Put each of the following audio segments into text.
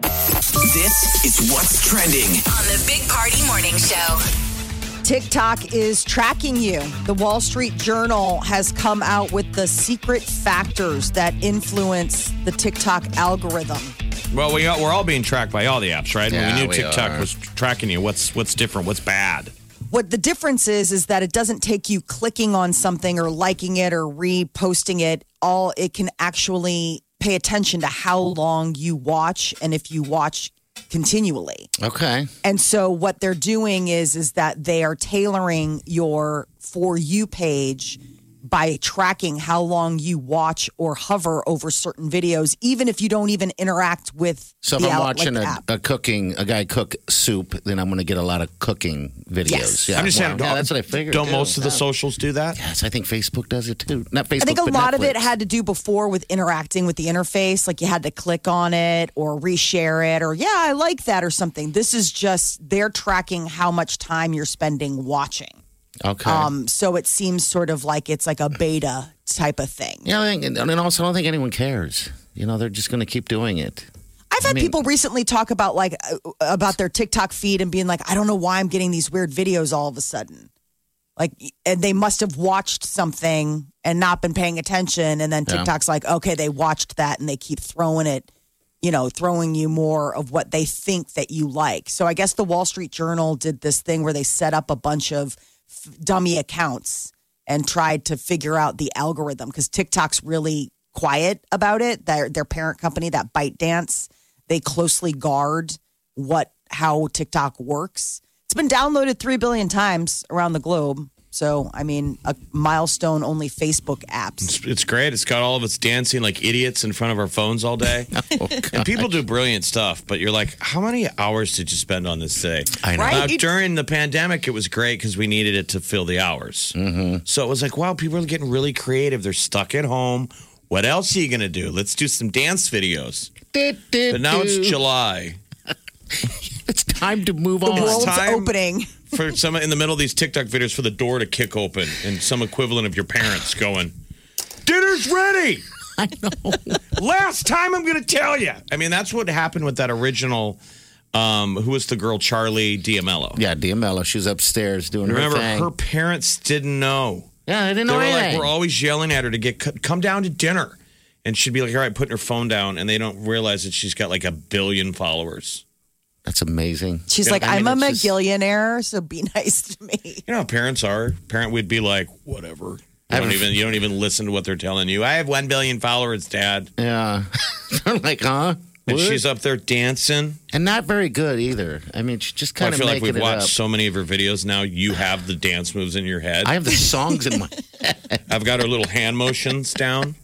This is what's trending. on the Big Party Morning Show. TikTok is tracking you. The Wall Street Journal has come out with the secret factors that influence the TikTok algorithm. Well, we are, we're all being tracked by all the apps, right? I mean, Yeah, we knew we TikTok are. was tracking you. What's what's different? What's bad? What the difference is is that it doesn't take you clicking on something or liking it or reposting it. All it can actually pay attention to how long you watch and if you watch continually. Okay. And so what they're doing is is that they are tailoring your for you page by tracking how long you watch or hover over certain videos, even if you don't even interact with So if the I'm out- watching like, a, app. a cooking, a guy cook soup, then I'm going to get a lot of cooking videos. Yes. Yeah, I'm just saying. wow. Yeah, that's what I figured. Don't too. most of the Yeah. socials do that? Yes, I think Facebook does it too. Not Facebook. I think a but lot of it Netflix. had to do before with interacting with the interface, like you had to click on it or reshare it or yeah, I like that or something. This is just they're tracking how much time you're spending watching. Okay. Um, so it seems sort of like it's like a beta type of thing. yeah, I think, and and also I don't think anyone cares. You know, they're just going to keep doing it. I've had I mean- people recently talk about like uh, about their TikTok feed and being like, I don't know why I'm getting these weird videos all of a sudden. Like, and they must have watched something and not been paying attention, and then Yeah. TikTok's like, okay, they watched that, and they keep throwing it, you know, throwing you more of what they think that you like. So I guess the Wall Street Journal did this thing where they set up a bunch of f- dummy accounts and tried to figure out the algorithm because TikTok's really quiet about it. Their their parent company, that ByteDance, they closely guard what how TikTok works. It's been downloaded three billion times around the globe. So I mean, a milestone only Facebook apps. It's great. It's got all of us dancing like idiots in front of our phones all day. Oh, and people do brilliant stuff, but you're like, how many hours did you spend on this day? I know. Now, Right? during the pandemic, it was great because we needed it to fill the hours. Mm-hmm. So it was like, wow, people are getting really creative. They're stuck at home. What else are you going to do? Let's do some dance videos. But now it's July. It's time to move The on. world's time- opening. For some in the middle of these TikTok videos, for the door to kick open and some equivalent of your parents going, Dinner's ready. I know. Last time I'm going to tell you. I mean, that's what happened with that original. Um, who was the girl, Charlie D'Amello? Yeah, Diamello, she's upstairs doing Remember, her thing. her parents didn't know. yeah, I didn't They know were like, anything. we're always yelling at her to get c- come down to dinner, and she'd be like, all right, putting her phone down, and they don't realize that she's got like a billion followers. That's amazing. She's Yeah, like, I mean, I'm a it's just- McGillionaire, so be nice to me. You know how parents are. Parent would be like, whatever. You don't I've- even you don't even listen to what they're telling you. I have one billion followers, Dad, Yeah. They're like, huh? and What? she's up there dancing. and not very good either. I mean, she's just I kind of feel like making we've it watched up. so many of her videos now. You have the dance moves in your head. I have the songs in my. I've got her little hand motions down.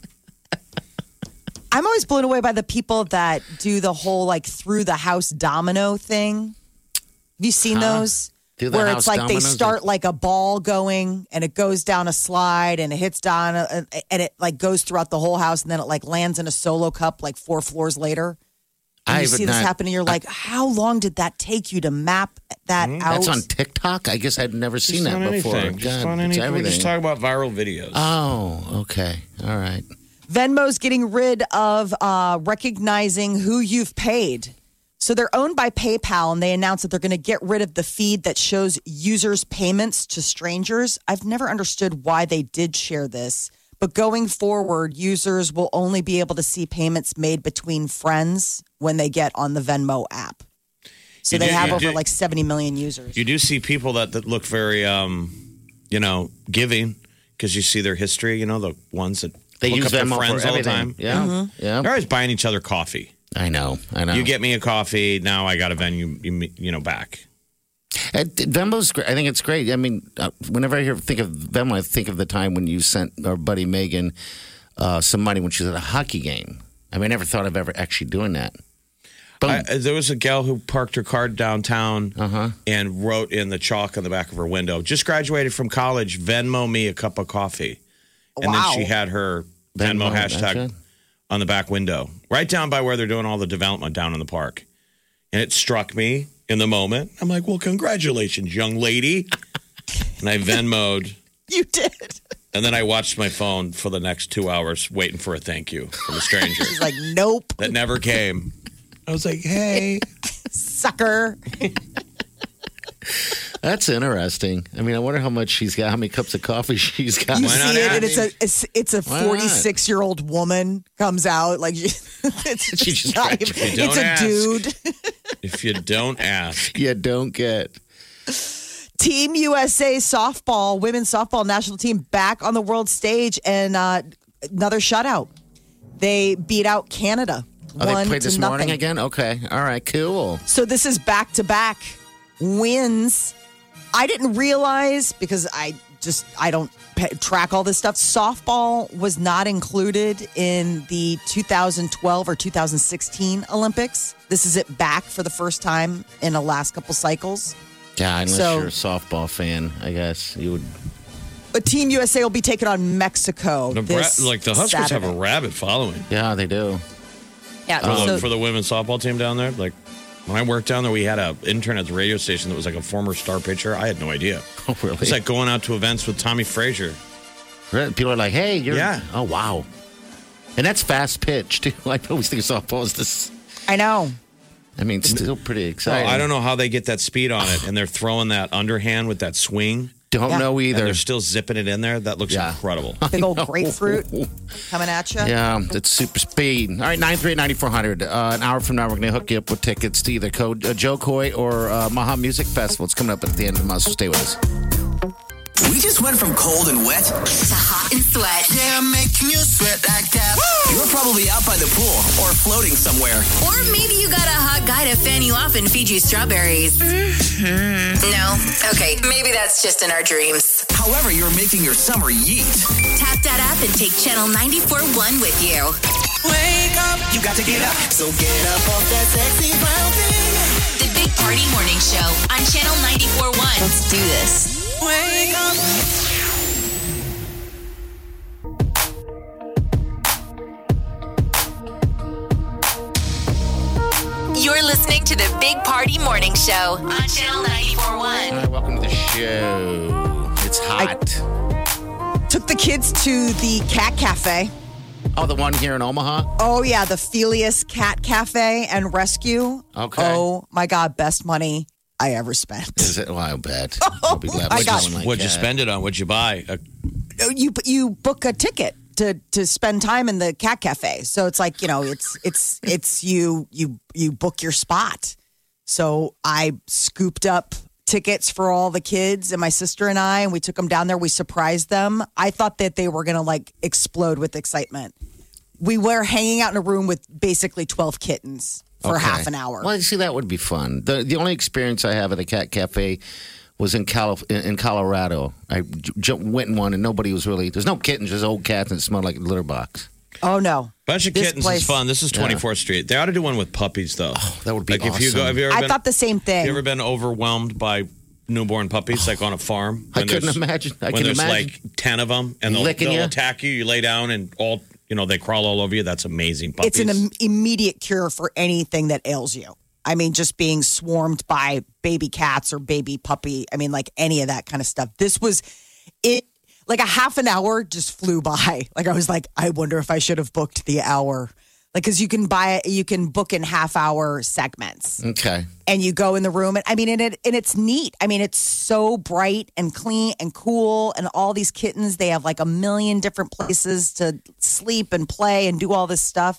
I'm always blown away by the people that do the whole like through the house domino thing. Have you seen those? Through the Where house it's like they dominoes? start like a ball going and it goes down a slide and it hits down uh, and it like goes throughout the whole house and then it like lands in a solo cup like four floors later. And you I've see this not- happen and you're like, how long did that take you to map that out? Mm. That's on TikTok. I guess I'd never seen Just that on before. anything. Just God, on it's anything. We everything. just talk about viral videos. Oh, okay. All right. Venmo's getting rid of uh, recognizing who you've paid. So they're owned by PayPal, and they announced that they're going to get rid of the feed that shows users' payments to strangers. I've never understood why they did share this, but going forward, users will only be able to see payments made between friends when they get on the Venmo app. So You they do- have you over do- like 70 million users. you do see people that, that look very, um, you know, giving because you see their history. You know, the ones that They look use up their them friends for all the time. everything. Yeah. Yeah. Mm-hmm. They're always buying each other coffee. I know. I know. You get me a coffee. Now I got a venue. You, you know, back. Uh, Venmo's great. I think it's great. I mean, uh, whenever I hear think of Venmo, I think of the time when you sent our buddy Megan uh, some money when she was at a hockey game. I mean, I never thought of ever actually doing that. Boom. Uh-huh. I, uh, there was a gal who parked her car downtown and wrote in the chalk on the back of her window, just graduated from college, Venmo me a cup of coffee. And then Wow. she had her Venmo, Venmo, that's hashtag it. on the back window, right down by where they're doing all the development down in the park. And it struck me in the moment. I'm like, well, congratulations, young lady. and I Venmoed. You did. And then I watched my phone for the next two hours waiting for a thank you from a stranger It's like, nope, that never came. I was like, hey. sucker. That's interesting. I mean, I wonder how much she's got, how many cups of coffee she's got. You Why not see it, and it's a ask? it's, it's a Why not? forty six year old woman comes out like it's just, She just not graduated. even- Don't it's a ask. dude. If you don't ask, You don't get. Team USA softball, women's softball national team back on the world stage, and uh, another shutout. They beat out Canada. Oh, one they played to this morning nothing. again? Okay. All right. Cool. So this is back to back wins. I didn't realize because I just I don't pe track all this stuff. Softball was not included in the 2012 or 2016 Olympics. This is it back for the first time in the last couple cycles. Yeah, unless So- you're a softball fan, I guess you would. But Team USA will be taking on Mexico. Nebra- this like the Huskers Saturday. have a rabid following Yeah, they do. yeah. for, the, so- for the women's softball team down there. Like when I worked down there, we had a intern at the radio station that was like a former star pitcher. I had no idea. Oh, really? It's like going out to events with Tommy Frazier. People are like, "Hey, you're." Yeah. Oh, wow. And that's fast pitch too. I always think softball is this. I know. I mean, it's still pretty exciting. Oh, I don't know how they get that speed on it, and they're throwing that underhand with that swing. Don't Yeah. know And either. they're still zipping it in there. That looks Yeah. incredible. Big old grapefruit coming at you. Yeah, it's super speed. All right, 938-9400. Uh, an hour from now, we're going to hook you up with tickets to either Co- uh, Joe Coy or uh, Maha Music Festival. It's coming up at the end of the month, so stay with us. We just went from cold and wet. To hot and sweat. Yeah, making you sweat like that. You're probably out by the pool or floating somewhere. Or maybe you got a hot guy to fan you off and feed you strawberries. Mm-hmm. No? Okay, maybe that's just in our dreams. However, you're making your summer yeet. Tap that app and take Channel 94.1 with you. Wake up! You got to get up. So get up off that sexy brown thing. The Big Party Morning Show on Channel 94.1. Let's do this. Wake up! You're listening to the Big Party Morning Show on Channel 94.1. All right, welcome to the show. It's hot. Took the kids to the cat cafe. oh, the one here in Omaha? Oh yeah, the Felius Cat Cafe and Rescue. Okay. Oh my God, best money I ever spent. Is it? Well, I bet. Oh I'll be glad I we're got- going like What'd you that. spend it on? What'd you buy? A you you book a ticket to to spend time in the cat cafe, so it's like you know it's it's it's you you you book your spot. So I scooped up tickets for all the kids and my sister and I, and we took them down there. We surprised them. I thought that they were gonna like explode with excitement. We were hanging out in a room with basically twelve kittens for Okay. half an hour. Well, you see, that would be fun. The the only experience I have at a cat cafe was in Calif- in in Colorado. I j- j- went in one and nobody was really. There's no kittens. There's old cats and it smelled like a litter box. Oh no. bunch of This kittens place- is fun. This is 24th Street. They ought to do one with puppies, though. Oh, that would be like if you go. awesome. Have you ever I been, thought the same thing. You ever been overwhelmed by newborn puppies, like on a farm? I When couldn't there's- imagine. I when can there's imagine. like ten of them, and they'll, Licking they'll you. attack you. You lay down, and all you know they crawl all over you. That's amazing. it's Puppies. an im- immediate cure for anything that ails you. I mean, just being swarmed by baby cats or baby puppy. I mean, like any of that kind of stuff. This was it. Like a half an hour just flew by. Like I was like, I wonder if I should have booked the hour. Like, cause you can buy it, you can book in half hour segments okay. and you go in the room and I mean and it and it's neat. I mean it's so bright and clean and cool and all these kittens they have like a million different places to sleep and play and do all this stuff.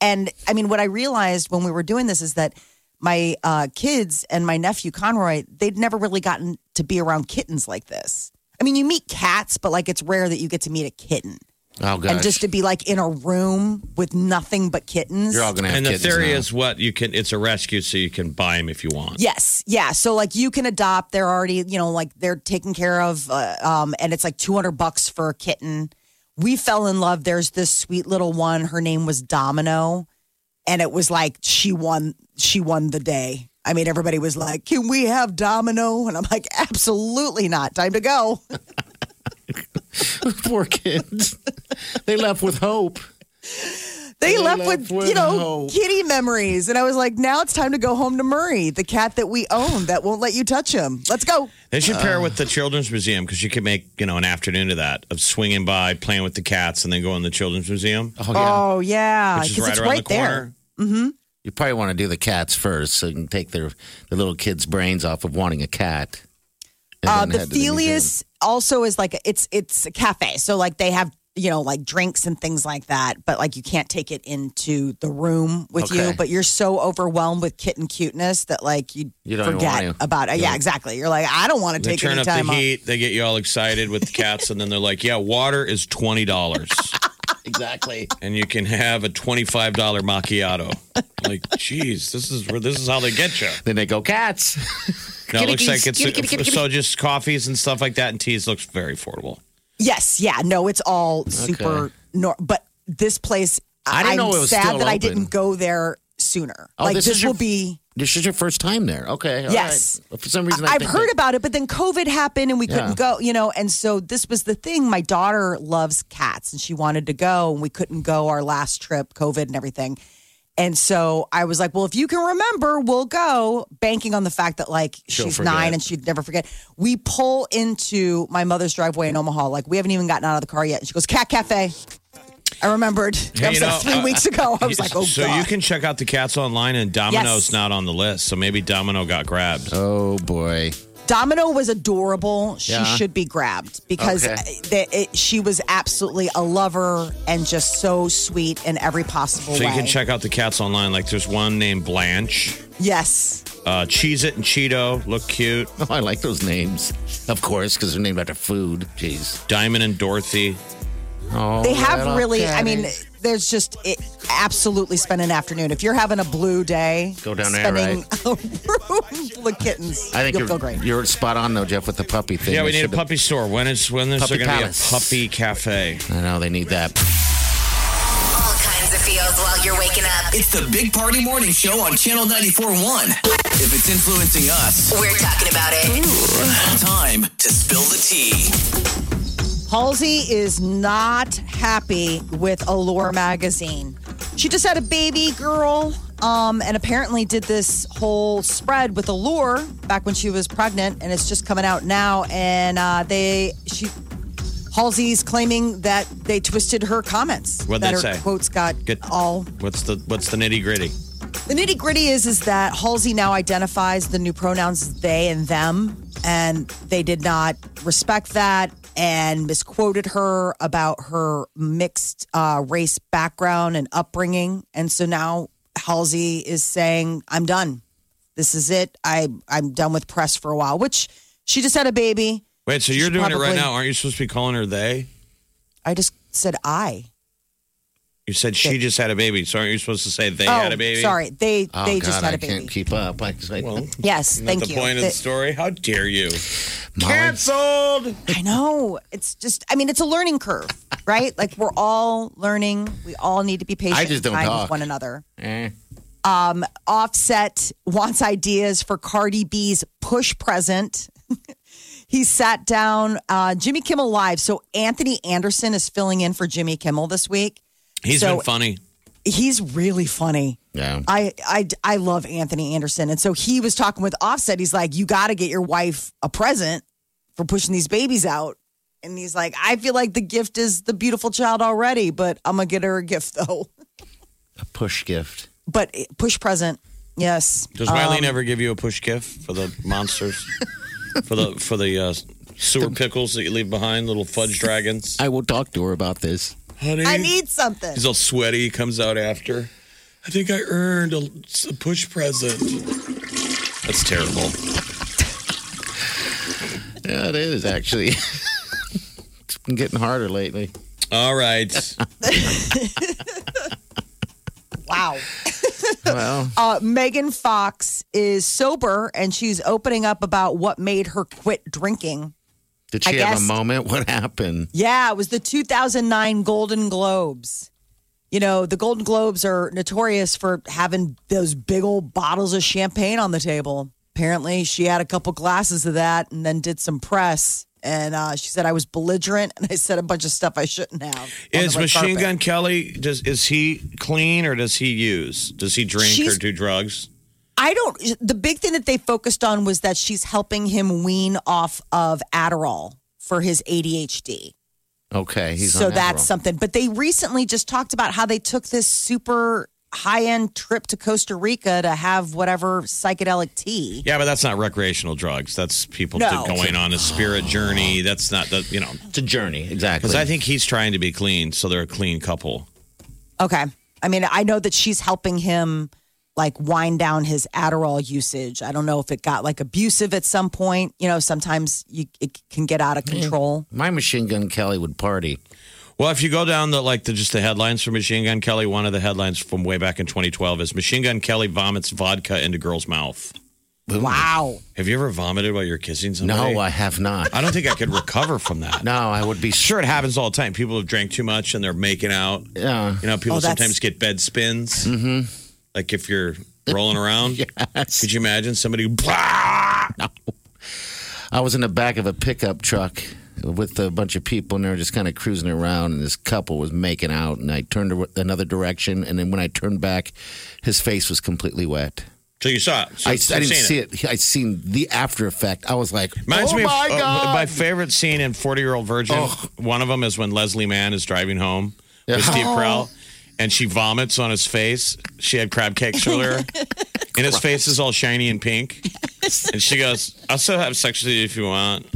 And I mean what I realized when we were doing this is that my uh, kids and my nephew Conroy they'd never really gotten to be around kittens like this. I mean you meet cats but like it's rare that you get to meet a kitten. Oh gosh. And just to be like in a room with nothing but kittens. You're all gonna have and the kittens theory now. is what you can. It's a rescue, so you can buy them if you want. Yes, yeah. So like you can adopt. They're already you know like they're taken care of, uh, um, and it's like two hundred bucks for a kitten. We fell in love. There's this sweet little one. Her name was Domino, and it was like she won she won the day. I mean, everybody was like, "Can we have Domino?" And I'm like, "Absolutely not. Time to go." Poor kids. they left with hope. They They left, left with, with you know hope. kitty memories, and I was like, "Now it's time to go home to Murray, the cat that we own that won't let you touch him. Let's go." They should Uh. pair with the children's museum because you could make you know an afternoon of that of swinging by, playing with the cats, and then going to the children's museum, Oh yeah. Oh yeah, which is 'cause right it's around right the there. corner. You probably want to do the cats first so you can take their, their little kids' brains off of wanting a cat. and Uh, then the head to museum. Thelius also is like a- it's it's a cafe, so like they have you know like drinks and things like that, but like you can't take it into the room with you. Okay. But you're so overwhelmed with kitten cuteness that like you, You don't even forget want to. about it. Yeah, exactly. You're like I don't want to They take turn any up the time off. heat. They get you all excited with the cats, and then they're like, "Yeah, water is twenty dollars, Exactly. and you can have a twenty-five dollar macchiato." like, geez, this is where this is how they get you. then they go, cats. No, it looks like it's so just coffees and stuff like that, and teas looks very affordable. Yes, yeah, no, it's all super. Nor- but this place, I didn't am know it was sad still that I open. didn't go there sooner. Oh, like this this, is your- will be. This is your first time there. Okay. all Yes. right. For some reason, I I've think heard that- about it, but then COVID happened and we Yeah. couldn't go, you know. And so this was the thing. My daughter loves cats and she wanted to go, and we couldn't go our last trip, COVID and everything. And so I was like, well, if you can remember, we'll go, banking on the fact that like she's forget. nine and she'd never forget. We pull into my mother's driveway in Omaha. Like, we haven't even gotten out of the car yet. And she goes, Cat Cafe. I remembered. That was you like know, three uh, weeks ago. I was like, oh, so God. you can check out the cats online, and Domino's Yes. not on the list, so maybe Domino got grabbed. Oh, boy. Domino was adorable. She Yeah. should be grabbed because Okay. that it, she was absolutely a lover and just so sweet in every possible So way. you can check out the cats online. Like there's one named Blanche, Yes. uh, Cheese It and Cheeto look cute. Oh, I like those names. Of course, because they're named after food. Jeez. Diamond and Dorothy. Oh, They have little really, I mean, kitties. there's just, it, absolutely spend an afternoon. If you're having a blue day, Go down there, spending a room full of kittens, I think you'll you're, feel great. you're spot on, though, Jeff, with the puppy thing. Yeah, we They need a should- puppy store. When is when is there Puppy going to be a Palace. puppy cafe? I know, they need that. All kinds of feels while you're waking up. It's the Big Party Morning Show on Channel 94.1. If it's influencing us, We're talking about it. time to spill the tea. Halsey is not happy with Allure magazine. She just had a baby girl um, and apparently did this whole spread with Allure back when she was pregnant, and it's just coming out now. And uh, they, she, Halsey's claiming that they twisted her comments. What'd that they her say? quotes got Good. all What's the what's the nitty gritty? the nitty gritty is is that Halsey now identifies the new pronouns as they and them, and they did not respect that and misquoted her about her mixed uh, race background and upbringing, and so now Halsey is saying, "I'm done. This is it. I I'm done with press for a while." Which she just had a baby. Wait, so you're She's doing it right probably- now? Aren't you supposed to be calling her they? I just said I. You said she just had a baby, so aren't you supposed to say they oh, had a baby? sorry. They Oh, they God, just had I a baby. can't keep up. I, I, Well, yes, isn't thank that the you. point of They- the story? How dare you? Molly- Cancelled. I know. It's just, I mean, it's a learning curve, right? Like we're all learning. We all need to be patient I just don't and kind talk. with one another. Um, Eh. Offset wants ideas for Cardi B's push present. he sat down uh, Jimmy Kimmel Live. So Anthony Anderson is filling in for Jimmy Kimmel this week. He's So- been funny. He's really funny. Yeah. I, I, I love Anthony Anderson. And so he was talking with Offset. He's like, You got to get your wife a present for pushing these babies out. And he's like, I feel like the gift is the beautiful child already, but I'm going to get her a gift though. A push gift. But eh, push present. Yes. Does um, Wiley never give you a push gift for the monsters? for the for the uh, sewer pickles that you leave behind, little fudge dragons. I will talk to her about this. Honey, I need something. he's all sweaty. He comes out after. I think I earned a, a push present. That's terrible. Yeah, it is, actually. it's been getting harder lately. All right. Wow. Well, Uh, Megan Fox is sober and she's opening up about what made her quit drinking. did I she have a guess- moment? What happened? Yeah, it was the 2009 Golden Globes. You know, the Golden Globes are notorious for having those big old bottles of champagne on the table. Apparently, she had a couple glasses of that and then did some press. And uh, she said, I was belligerent and I said a bunch of stuff I shouldn't have. on the Is red Machine carpet. Gun Kelly does is he clean or does he use? Does he drink She's- or do drugs? I don't. The big thing that they focused on was that she's helping him wean off of Adderall for his ADHD. Okay, he's so on that's Adderall. something. But they recently just talked about how they took this super high end trip to Costa Rica to have whatever psychedelic tea. Yeah, but that's not recreational drugs. That's people No. going on a spirit journey. That's not the you know it's a journey exactly. because I think he's trying to be clean, so they're a clean couple. Okay. I mean, I know that she's helping him like wind down his Adderall usage. I don't know if it got like abusive at some point. You know, sometimes you, it can get out of Mm. control. my Machine Gun Kelly would party. Well, if you go down the like the just the headlines for Machine Gun Kelly, one of the headlines from way back in 2012 is Machine Gun Kelly vomits vodka into girl's mouth. Wow. Have you ever vomited while you're kissing somebody? No, I have not. I don't think I could recover from that. No, I would be Sure, it happens all the time. People have drank too much and they're making out. Yeah. You know, people Oh, that's- sometimes get bed spins. Mm-hmm. Like if you're rolling around. Yes. Could you imagine somebody? Blah! I was in the back of a pickup truck with a bunch of people, and they were just kind of cruising around. And this couple was making out, and I turned a- another direction, and then when I turned back, his face was completely wet. So you saw it. So I, I so didn't seen see it. I seen the after effect. I was like, Reminds "Oh me of my uh, god!" my favorite scene in 40 Year Old Virgin. One of them is when Leslie Mann is driving home with Steve Oh. Carell and she vomits on his face. She had crab cakes Oh earlier and his face is all shiny and pink. And she goes, I'll still have sex with you if you want.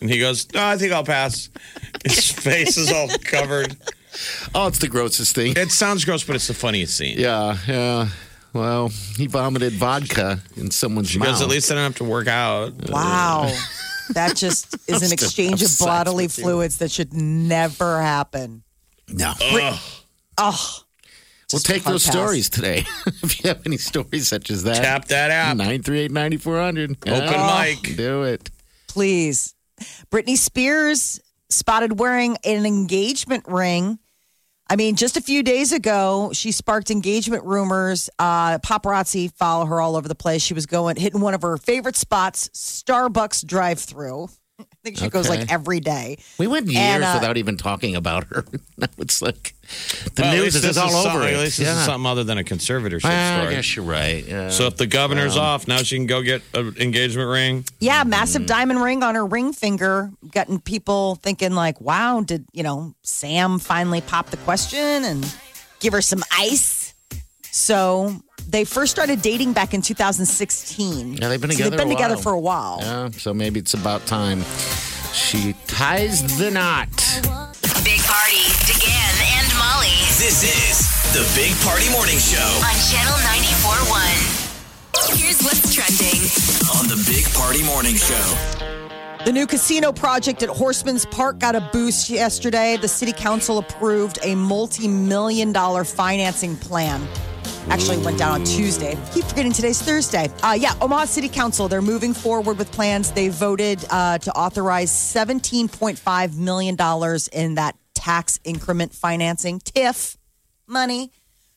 And he goes, No, I think I'll pass. His face is all covered. oh, it's the grossest thing. It sounds gross, but it's the funniest scene. Yeah, yeah. Well, he vomited vodka in someone's She mouth. goes, At least I don't have to work out. Wow. That just is an exchange of obsessed bodily with you. fluids that should never happen. no. Oh, We'll take hard those pass. stories today. if you have any stories such as that, Tap that app. nine three eight ninety four hundred. Ah, Open mic. Do it. please. Britney Spears spotted wearing an engagement ring. I mean, just a few days ago, she sparked engagement rumors. Uh, paparazzi follow her all over the place. She was going hitting one of her favorite spots, Starbucks drive-through. I think she goes Okay. like every day. We went years And, uh, without even talking about her. now it's like the Well, at news least is, this all over something- it. At least this is something other than a conservatorship Ah, I story. guess you're right. Yeah. So if the governor's off, now she can go get an engagement ring. Yeah, Mm-hmm. massive diamond ring on her ring finger, getting people thinking like, "Wow, did you know Sam finally pop the question and give her some ice?" So they first started dating back in 2016. Yeah, they've been So together they've been a together while. for a while. yeah, so maybe it's about time she ties the knot. Big Party, DeGan and Molly This is the Big Party Morning Show on Channel 94.1. Here's what's trending. on the Big Party Morning Show. The new casino project at Horseman's Park got a boost yesterday. The city council approved a multi million dollar financing plan. Actually, it went down on Tuesday. Keep forgetting today's Thursday. Uh, yeah, Omaha City Council, they're moving forward with plans. They voted uh, to authorize $17.5 million in that tax increment financing, TIF money.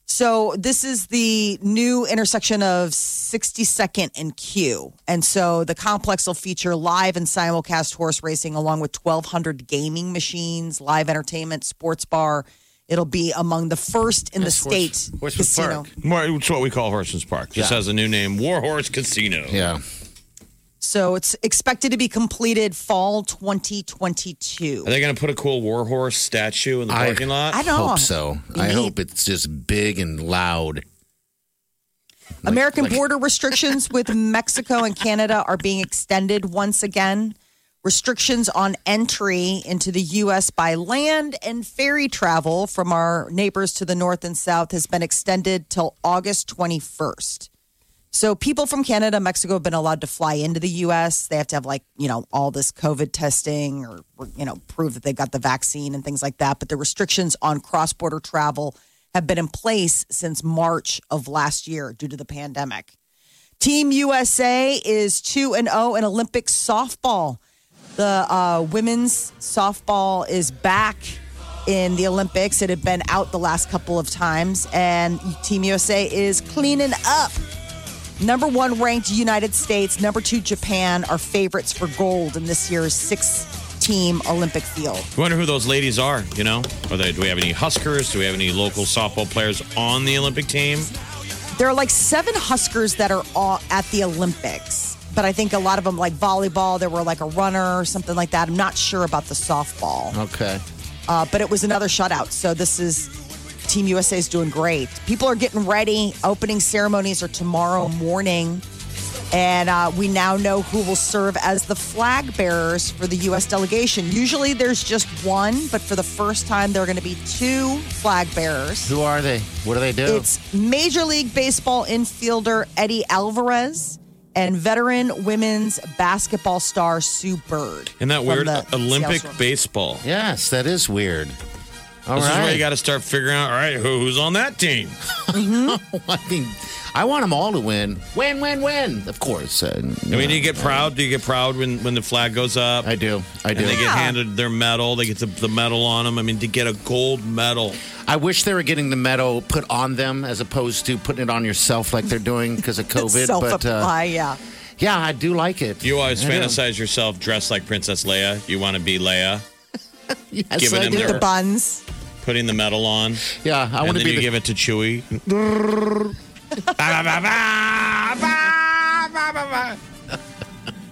So this is the new intersection of 62nd and Q. And so the complex will feature live and simulcast horse racing along with 1,200 gaming machines, live entertainment, sports bar. It'll be among the first in the state Horse- Horsewood casino. Park. More, it's what we call Horseman's Park. Just Yeah. has a new name, Warhorse Casino. Yeah. So it's expected to be completed fall 2022. Are they going to put a cool Warhorse statue in the I- parking lot? I don't Hope so. I hope it's just big and loud. American like- border restrictions with Mexico and Canada are being extended once again. Restrictions on entry into the U.S. by land and ferry travel from our neighbors to the north and south has been extended till August 21st. So people from Canada, Mexico have been allowed to fly into the U.S. They have to have like you know all this COVID testing or you know prove that they got the vaccine and things like that. But the restrictions on cross-border travel have been in place since March of last year due to the pandemic. Team USA is two and zero in Olympic softball. The uh, women's softball is back in the Olympics. It had been out the last couple of times, and Team USA is cleaning up. Number one ranked United States, number two Japan are favorites for gold in this year's six team Olympic field. Wonder who those ladies are. You know, are they? Do we have any Huskers? Do we have any local softball players on the Olympic team? There are like seven Huskers that are all at the Olympics, but I think a lot of them like volleyball. There were like a runner or something like that. I'm not sure about the softball, Okay. uh, but it was another shutout. So this is Team USA is doing great. People are getting ready. Opening ceremonies are tomorrow morning. And uh, we now know who will serve as the flag bearers for the U.S. delegation. Usually there's just one, but for the first time, there are going to be two flag bearers. Who are they? What do they do? It's Major League Baseball infielder Eddie Alvarez and veteran women's basketball star Sue Bird. Isn't that from weird? the Olympic Seahawks. baseball. yes, that is weird. All this is where right. you got to start figuring out. All right, who, who's on that team? I mean, I want them all to win. Win, win, win. Of course. Uh, I mean, do you get proud? Do you get proud when when the flag goes up? I do. I do. And they get handed their medal. They get the, the medal on them. I mean, to get a gold medal. I wish they were getting the medal put on them as opposed to putting it on yourself like they're doing because of COVID. but uh, Self-apply, yeah. yeah, I do like it. You always I do. fantasize yourself dressed like Princess Leia. You want to be Leia, Yes, giving I them With do. their- the buns. putting the medal on. Yeah, I and want then to be you the give it to Chewie.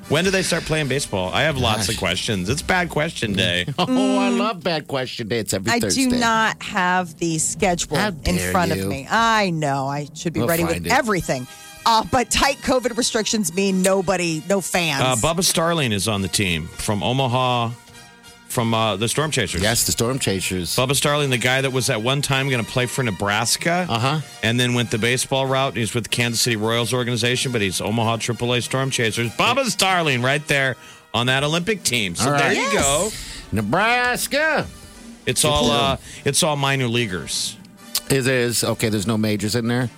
when do they start playing baseball? I have lots of questions. It's bad question day. Oh, I love Bad Question Day. It's every Mm. I Thursday. do not have the schedule How in dare front you. of me. I know. I should be We'll ready find with it. everything. Uh, but tight COVID restrictions mean nobody, no fans. Uh, Bubba Starling is on the team from Omaha, from uh, the Storm Chasers. Yes, the Storm Chasers. Bubba Starling, the guy that was at one time going to play for Nebraska, Uh-huh. and then went the baseball route. He's with the Kansas City Royals organization, but he's Omaha AAA Storm Chasers. Bubba Starling, right there on that Olympic team. So All there right. you go. Nebraska. It's all for uh, it's all minor leaguers. It is. Okay, there's no majors in there.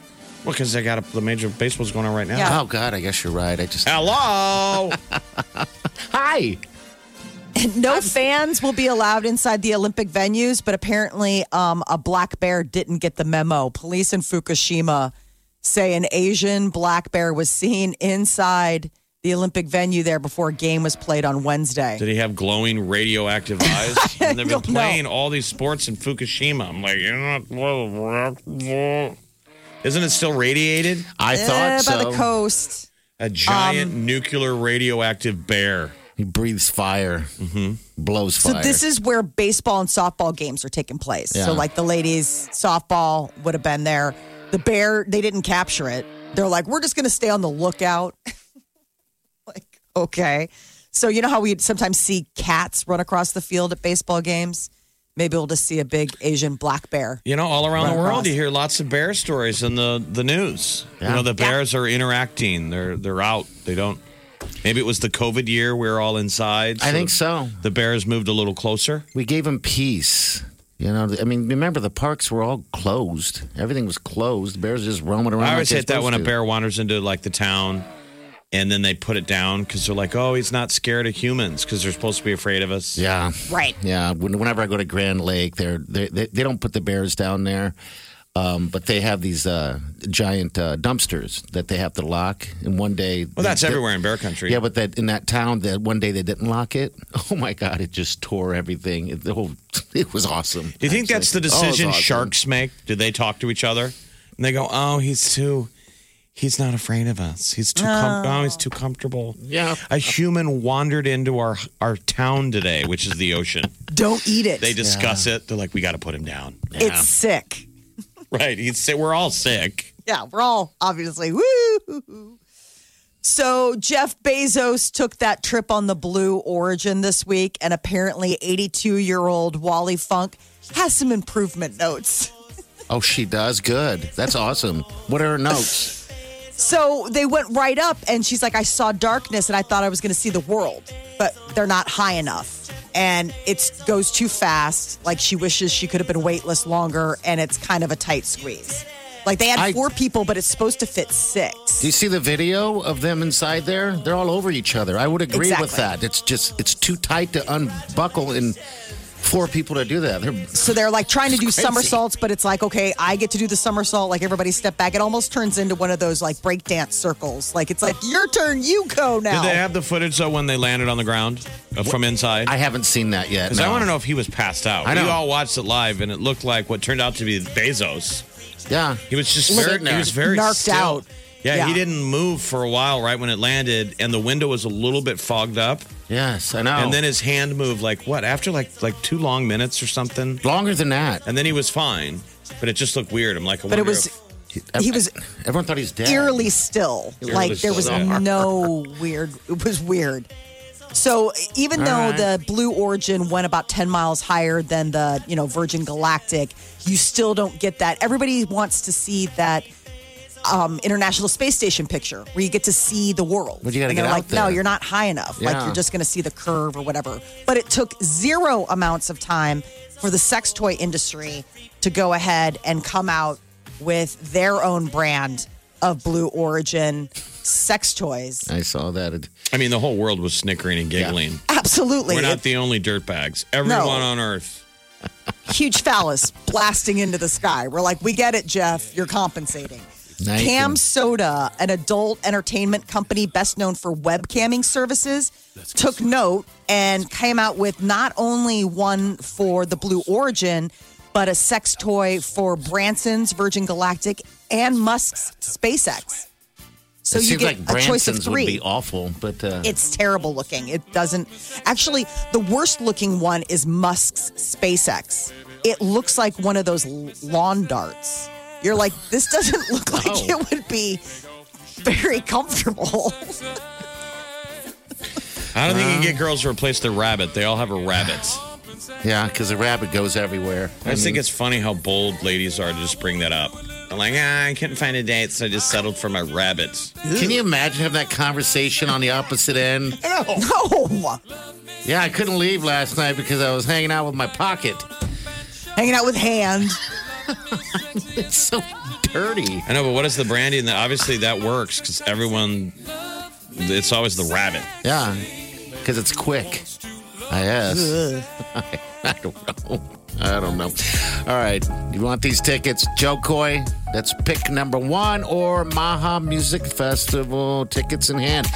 Well, because they got a, the major baseball's going on right now. Yeah. Oh, God, I guess you're right. I just. Hello. Hi. No fans will be allowed inside the Olympic venues, but apparently um, a black bear didn't get the memo. Police in Fukushima say an Asian black bear was seen inside the Olympic venue there before a game was played on Wednesday. Did he have glowing radioactive eyes? And they've been don't know. playing all these sports in Fukushima. I'm like, you know, isn't it still radiated? I Eh, thought so. By the coast. A giant Um, nuclear radioactive bear. He breathes fire, mm-hmm. blows So fire. this is where baseball and softball games are taking place. Yeah. So like the ladies softball would have been there. The bear, they didn't capture it. They're like, we're just going to stay on the lookout. like, okay. So you know how we sometimes see cats run across the field at baseball games? Maybe we'll just see a big Asian black bear. You know, all around the Right world, across. you hear lots of bear stories in the, the news. You Yeah. know, the bears are interacting. They're they're out. They don't. Maybe it was the COVID year. We were all inside. I think so. The bears moved a little closer. We gave him peace. You know, I mean, remember the parks were all closed. Everything was closed. Bears just roaming around. I like always they're hate that when a supposed to. bear wanders into like the town and then they put it down because they're like, oh, he's not scared of humans because they're supposed to be afraid of us. Yeah. Right. Yeah, when, whenever I go to Grand Lake, they're, they they they don't put the bears down there, um, but they have these uh, giant uh, dumpsters that they have to lock. And one day, Well, that's everywhere in bear country. Yeah, but that in that town, that one day they didn't lock it. Oh my God! It just tore everything. It, the whole it was awesome. Do you think that's the actually. Oh, it was decision awesome. sharks make? Do they talk to each other and they go, oh, he's too, he's not afraid of us. He's too, com- oh, he's too comfortable. Yeah. A human wandered into our our town today, which is the ocean. Don't eat it. They discuss it. They're like, we got to put him down. It's sick. Right? He's sick. We're all sick. Yeah, we're all obviously woo. So Jeff Bezos took that trip on the Blue Origin this week, and apparently, 82-year-old Wally Funk has some improvement notes. Oh, she does good. That's awesome. What are her notes? So they went right up, and she's like, "I saw darkness, and I thought I was going to see the world, but they're not high enough, and it goes too fast. Like she wishes she could have been weightless longer, and it's kind of a tight squeeze. Like they had I- four people, but it's supposed to fit six. Do you see the video of them inside there? They're all over each other. I would agree with Exactly. that. It's just it's too tight to unbuckle and four people to do that. They're So they're like trying to do crazy. somersaults, but it's like, okay, I get to do the somersault. Like everybody step back. It almost turns into one of those like breakdance circles. Like it's like your turn, you go now. Did they have the footage though when they landed on the ground uh, from inside? I haven't seen that yet. Because I no. want to know if he was passed out. I know. We all watched it live, and it looked like what turned out to be Bezos. Yeah, He was just Sitting very, there. he was very Narked still. out. Yeah, he Yeah. didn't move for a while right when it landed, and the window was a little bit fogged up. Yes, I know. Oh. And then his hand moved like what after like like two long minutes or something, longer than that. and then he was fine. But it just looked weird. I'm like, I but wonder it was if- he was Everyone thought he was dead. eerily still. Eerily like there was still, yeah. no weird. It was weird. So even All though right. the Blue Origin went about ten miles higher than the you know Virgin Galactic, you still don't get that. Everybody wants to see that um, International Space Station picture where you get to see the world. But you gotta And get they're out like, no, there. you're not high enough. Like Yeah. you're just going to see the curve or whatever. But it took zero amounts of time for the sex toy industry to go ahead and come out with their own brand of Blue Origin sex toys. I saw that. It- I mean, the whole world was snickering and giggling. Absolutely, We're not the only dirtbags. Everyone on Earth. huge phallus blasting into the sky. We're like, we get it, Jeff. You're compensating. Nice. Cam Soda, an adult entertainment company best known for webcamming services, took note and came out with not only one for the Blue Origin, but a sex toy for Branson's Virgin Galactic and Musk's SpaceX. So it you seems get like a choice of Branson's three. would be awful, but uh, It's terrible looking. It doesn't. Actually, the worst looking one is Musk's SpaceX. It looks like one of those l- lawn darts. You're like, this doesn't look like Oh. it would be very comfortable. I don't think you can get girls to replace their rabbit. They all have a rabbit. yeah, because the rabbit goes everywhere. I just think it's funny how bold ladies are to just bring that up. I'm like, ah, I couldn't find a date, so I just settled for my rabbits. Can you imagine having that conversation on the opposite end? no, Yeah, I couldn't leave last night because I was hanging out with my pocket. hanging out with hand. It's so dirty. I know, but what is the branding? That obviously that works because everyone, it's always the rabbit. Yeah, because it's quick. I guess. I don't know. I don't know. All right. You want these tickets? Joe Coy, that's pick number one, or Maha Music Festival tickets in hand.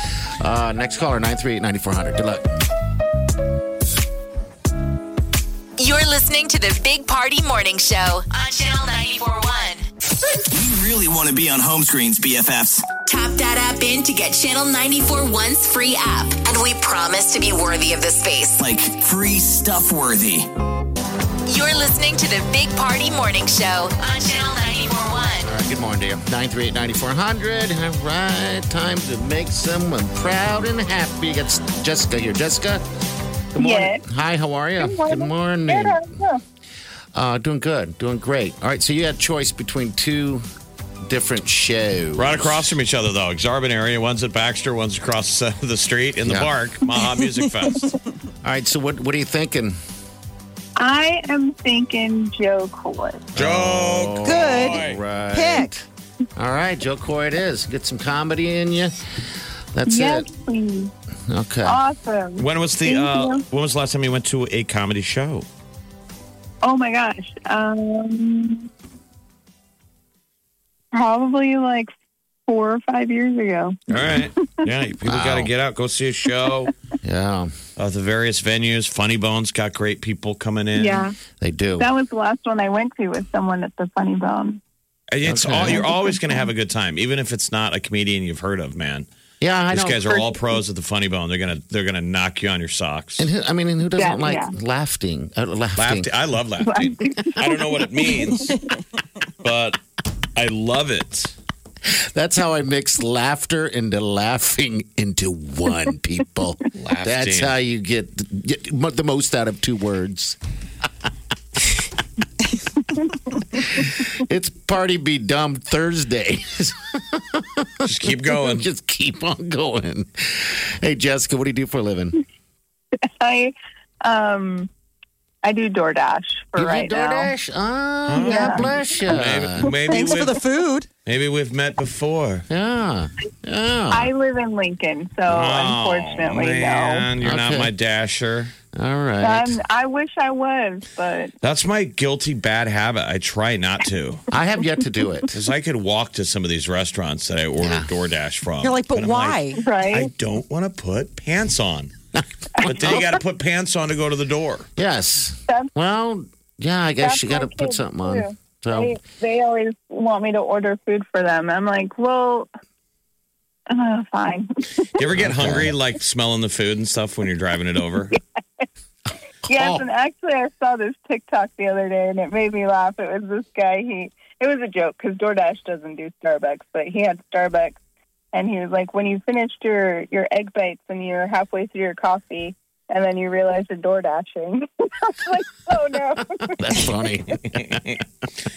Uh, next caller, 938 9400. Good luck. You're listening to the Big Party Morning Show on Channel 941. You really want to be on home screens, BFFs. Tap that app in to get Channel 941's free app, and we promise to be worthy of the space. Like free stuff worthy. You're listening to the Big Party Morning Show on Channel 941. All right, good morning to you. 938 9400. All right, time to make someone proud and happy. It's Jessica here. Jessica, good morning. Yes. Hi, how are you? Good morning. Uh, doing good, doing great. All right, so you had choice between two different shows. Right across from each other, though. Exarban area. One's at Baxter, one's across uh, the street in the Yeah. park. Maha Music Fest. All right, so what what are you thinking? I am thinking Joe Coy. Joke. Good All right. Right. pick. All right, Joe Coy it is. Get some comedy in you. That's yes, it. please. Okay. Awesome. When was the Thank uh, you. when was the last time you went to a comedy show? Oh my gosh. Um, probably like four or five years ago. All right. Yeah, people Wow. got to get out, go see a show. yeah, uh, the various venues. Funny Bones got great people coming in. Yeah. they do. That was the last one I went to with someone at the Funny Bone. And It's Okay. all you're always going to have a good time, even if it's not a comedian you've heard of, man. Yeah, I These know. guys are all pros at the Funny Bone. They're gonna they're gonna knock you on your socks. and who, I mean, and who doesn't Yeah, like yeah. laughing? Uh, laughing. Laughed. I love laughing. I don't know what it means, but I love it. That's how I mix laughter into laughing into one, people. That's Laughing. how you get, get mo- the most out of two words. it's Party Be Dumb Thursday. Just keep going. Just keep on going. Hey, Jessica, what do you do for a living? I um, I do DoorDash for you right do now. DoorDash? Oh, God bless you. Maybe, maybe Thanks for we've the food. maybe we've met before. Yeah. Yeah. I live in Lincoln, so Oh, unfortunately, no. man, you're not Okay. my dasher. All right. I'm, I wish I was, but That's my guilty bad habit. I try not to. I have yet to do it. Because I could walk to some of these restaurants that I ordered DoorDash from. You're like, but And I'm why? right? I don't want to put pants on. but then you got to put pants on to go to the door. Yes. That's- Well, yeah, I guess That's you got to my put kids, something on. too. So They, they always want me to order food for them. I'm like, well, uh, fine. You Oh, ever get hungry, like smelling the food and stuff when you're driving it over? Yes, Oh. and actually, I saw this TikTok the other day, and it made me laugh. It was this guy. He it was a joke because DoorDash doesn't do Starbucks, but he had Starbucks, and he was like, "When you finished your your egg bites and you're halfway through your coffee, and then you realize you're DoorDashing." I was like, "Oh no!" that's funny.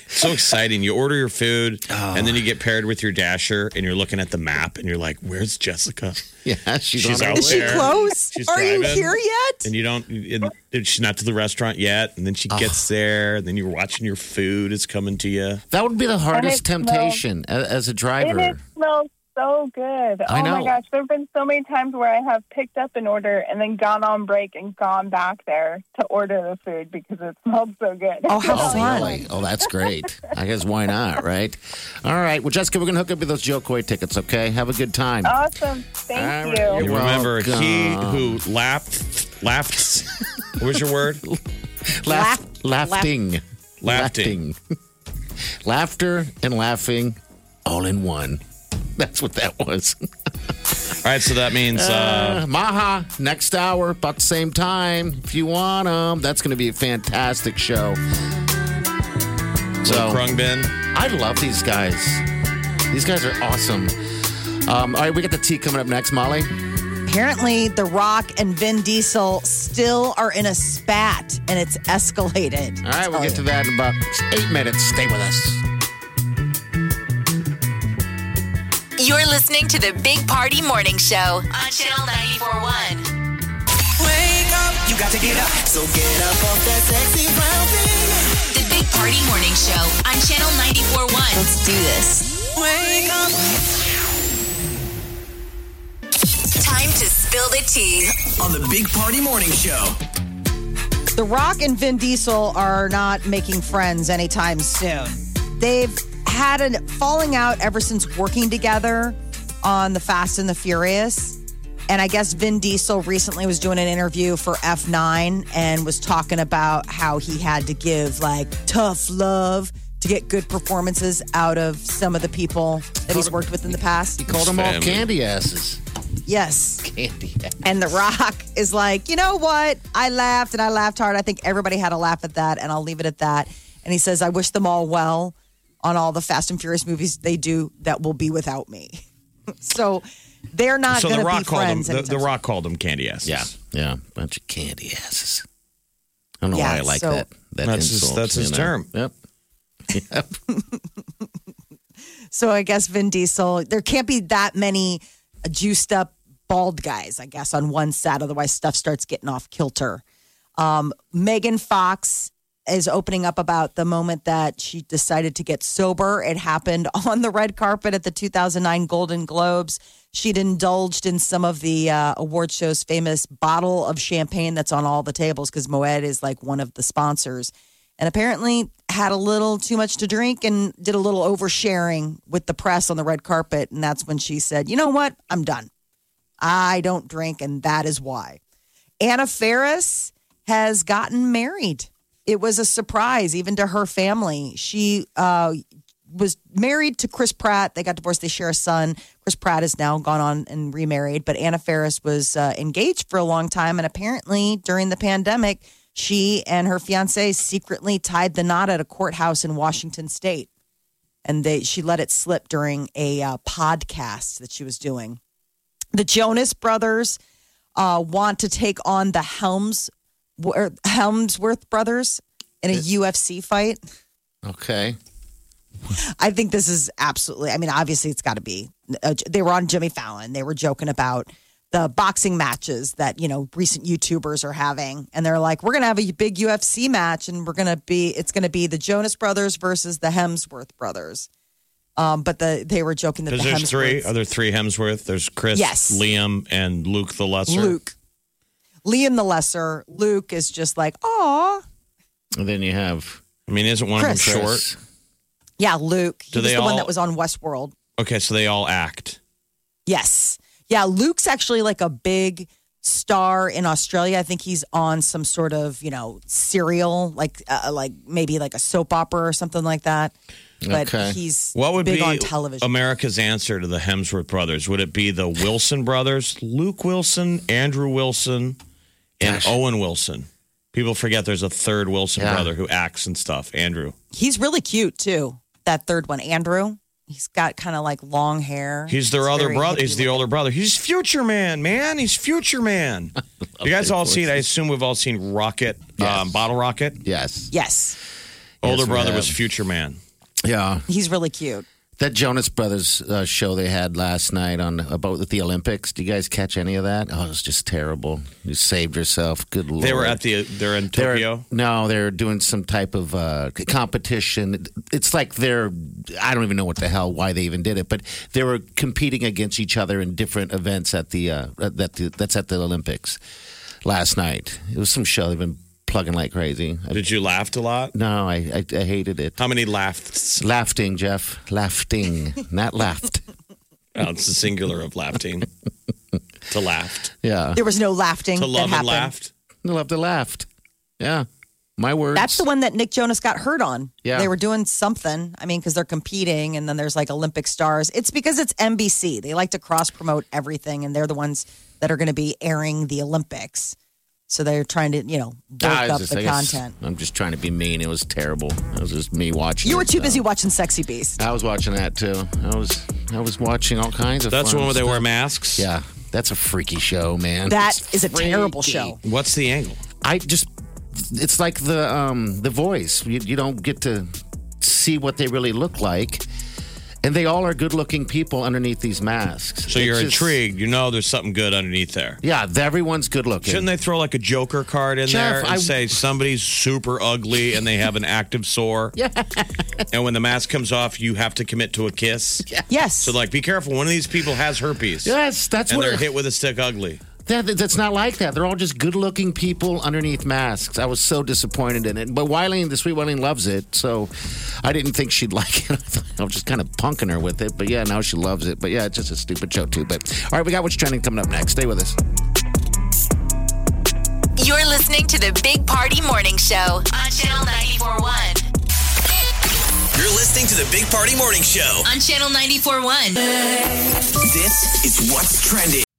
so exciting. You order your food, and then you get paired with your Dasher, and you're looking at the map, and you're like, where's Jessica? yeah, she's, She's on her out Is she Where? close? She's Are you driving. here yet? And you don't, and she's not to the restaurant yet. And then she gets there, and then you're watching your food, it's coming to you. That would be the hardest smells- temptation a as a driver. And it smells so good. I oh know. my gosh, there have been so many times where I have picked up an order and then gone on break and gone back there to order the food because it smelled so good. Oh, how Oh, fun. really? Oh, that's great. I guess why not, right? All right. Well, Jessica, we're going to hook up with those Jokeway tickets, okay? Have a good time. Awesome. All right. Thank you. You're You remember welcome. he who laughed, laughed. What was your word? Laugh, Laugh- laughing. Laughing. Laughing. Laughter and laughing all in one. That's what that was. All right, so that means uh, Maha, next hour, about the same time. If you want them, that's going to be a fantastic show. so. Uh, So, Krung Bin. I love these guys. These guys are awesome. Um, all right, we got the tea coming up next, Molly. Apparently, The Rock and Vin Diesel still are in a spat, and it's escalated. All right, we'll get to that in about eight minutes. Stay with us. You're listening to the Big Party Morning Show on Channel 941. Wake up, you got to get up. So get up off that sexy brown thing. The Big Party Morning Show on Channel 941. Let's do this. Wake up. Time to spill the tea. On the Big Party Morning Show. The Rock and Vin Diesel are not making friends anytime soon. They've had a falling out ever since working together on The Fast and the Furious. And I guess Vin Diesel recently was doing an interview for F9 and was talking about how he had to give like tough love to get good performances out of some of the people that he's worked with in the past. Called them all Family. candy asses. Yes. Candy asses. And The Rock is like, you know what? I laughed and I laughed hard. I think everybody had a laugh at that, and I'll leave it at that. And he says, I wish them all well on all the Fast and Furious movies they do that will be without me. so they're not So going the to be Rock called him. friends. The, anytime the Rock called him candy asses. Yeah, yeah, bunch of candy asses. I don't know why I Yeah, like so- that. that That's his- insult, that's you his know. term. Yep. Yep. soon. So I guess Vin Diesel, there can't be that many juiced up bald guys, I guess, on one set. Otherwise, stuff starts getting off kilter. Um, Megan Fox is opening up about the moment that she decided to get sober. It happened on the red carpet at the 2009 Golden Globes. She'd indulged in some of the uh, award show's famous bottle of champagne that's on all the tables because Moet is like one of the sponsors. And apparently had a little too much to drink and did a little oversharing with the press on the red carpet. And that's when she said, you know what? I'm done. I don't drink, and that is why. Anna Ferris has gotten married. It was a surprise, even to her family. She uh, was married to Chris Pratt. They got divorced. They share a son. Chris Pratt has now gone on and remarried, but Anna Ferris was uh, engaged for a long time. And apparently, during the pandemic, she and her fiance secretly tied the knot at a courthouse in Washington State. And they, she let it slip during a uh, podcast that she was doing the Jonas Brothers uh, want to take on the Helms or Helmsworth Brothers in a UFC fight. Okay. I think this is absolutely. I mean, obviously, it's got to be. Uh, they were on Jimmy Fallon. They were joking about the boxing matches that you know recent YouTubers are having, and they're like, "We're gonna have a big UFC match, and we're gonna be. It's gonna be the Jonas Brothers versus the Hemsworth Brothers." Um, but the they were joking that the Because there's three. Hemsworths, Are there three Hemsworth? There's Chris, Yes. Liam, and Luke the Lesser. Luke. Liam the lesser. Luke is just like, oh And then you have I mean, isn't one Chris. of them short? Chris. yeah, Luke. He Do was they the one all- that was on Westworld. Okay, so they all act. Yes. Yeah, Luke's actually like a big star in Australia. I think he's on some sort of, you know, serial, like uh, like maybe like a soap opera or something like that. But Okay. he's What would big be on television. America's answer to the Hemsworth brothers? Would it be the Wilson brothers, Luke Wilson, Andrew Wilson, and Gosh. Owen Wilson? People forget there's a third Wilson Yeah. brother who acts and stuff. Andrew. he's really cute too. That third one, Andrew. He's got kind of like long hair. He's their other very brother. He's hippie the older brother. He's Future Man, man. He's Future Man. You guys all seen? I assume we've all seen Rocket, um, Bottle Rocket. Yes. Yes. Older we brother have. was Future Man. Yeah. He's really cute. That Jonas Brothers uh, show they had last night on about the Olympics. Do you guys catch any of that? Oh, it was just terrible. You saved yourself. Good lord. They were at the. They're in They're- Tokyo. no, they're doing some type of uh, competition. It's like they're, I don't even know what the hell, why they even did it, but they were competing against each other in different events at the, uh, that the that's at the Olympics last night. It was some show they've been plugging like crazy. I, Did you laugh a lot? no, I, I, I hated it. How many laughs? Laughing, Jeff. Laughing, not laughed. Oh, it's the singular of laughing. to laughed. Yeah. There was no laughing To that love and happened. laughed. They'll have to laughed. Yeah. My words. That's the one that Nick Jonas got hurt on. Yeah. They were doing something. I mean, because they're competing and then there's like Olympic stars. It's because it's NBC. They like to cross promote everything and they're the ones that are going to be airing the Olympics. So they're trying to, you know, bulk Ah, it's up just- the I guess content. I'm just trying to be mean. It was terrible. It was just me watching. You were it, too so. busy watching Sexy Beast. I was watching that too. I was I was watching all kinds of. That's the fun one where they stuff. wear masks. Yeah, that's a freaky show, man. That It's is a freaky. terrible show. What's the angle? I just it's like the um the voice. You, you don't get to see what they really look like, and they all are good looking people underneath these masks. So It you're just- intrigued. You know there's something good underneath there. Yeah, th- everyone's good looking. Shouldn't they throw like a Joker card in there Jeff, and I- say somebody's super ugly and they have an active sore? Yeah. And when the mask comes off, you have to commit to a kiss. Yeah. Yes. So like, be careful. One of these people has herpes. Yes, that's And what they're hit with a stick ugly. That, that- that's not like that. They're all just good-looking people underneath masks. I was so disappointed in it. But Wileen, the sweet Wileen, loves it, so I didn't think she'd like it. I thought I was just kind of punking her with it, but yeah, now she loves it. But yeah, it's just a stupid show too. But all right, we got what's trending coming up next. Stay with us. You're listening to the Big Party Morning Show on Channel 941. You're listening to the Big Party Morning Show. On Channel 941. This is what's trending.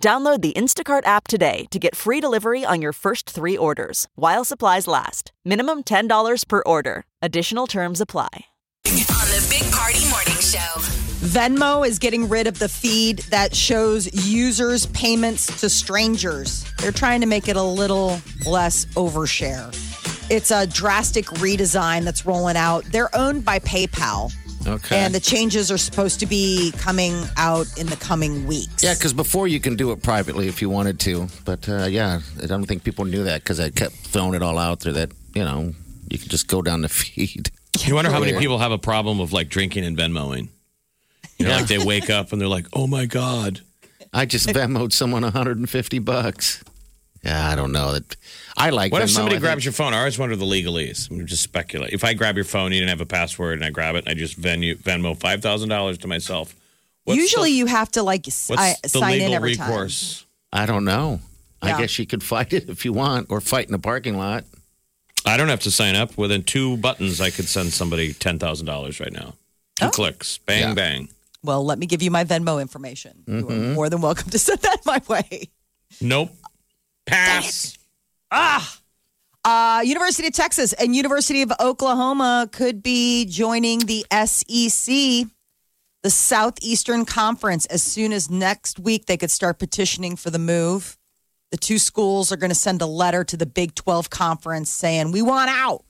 Download the Instacart app today to get free delivery on your first three orders while supplies last. Minimum $10 per order. Additional terms apply. On the Big Party Morning Show. Venmo is getting rid of the feed that shows users' payments to strangers. They're trying to make it a little less overshare. It's a drastic redesign that's rolling out. They're owned by PayPal, Okay. and the changes are supposed to be coming out in the coming weeks. yeah, because before you can do it privately if you wanted to, but uh, yeah, I don't think people knew that because I kept throwing it all out there that you know you can just go down the feed. You wonder how many Yeah. people have a problem of like drinking and Venmoing. You know, like they wake up and they're like, "Oh my god." I just Venmoed someone 150 bucks. Yeah, I don't know. That I like. What if Venmo, somebody I grabs think- your phone? I always wonder the legalese. I'm just speculate. If I grab your phone, you didn't have a password, and I grab it, and I just venue, Venmo five thousand dollars to myself. What's Usually, the, you have to like s- what's I, the sign legal in every time. recourse? I don't know. Yeah. I guess you could fight it if you want, or fight in the parking lot. I don't have to sign up. Within two buttons, I could send somebody ten thousand dollars right now. Oh. Two clicks, bang Yeah. bang. Well, let me give you my Venmo information. Mm-hmm. You are more than welcome to send that my way. Nope. Pass. Uh, University of Texas and University of Oklahoma could be joining the SEC, the Southeastern Conference, as soon as next week. They could start petitioning for the move. The The two schools are going to send a letter to the Big 12 conference saying, we want out.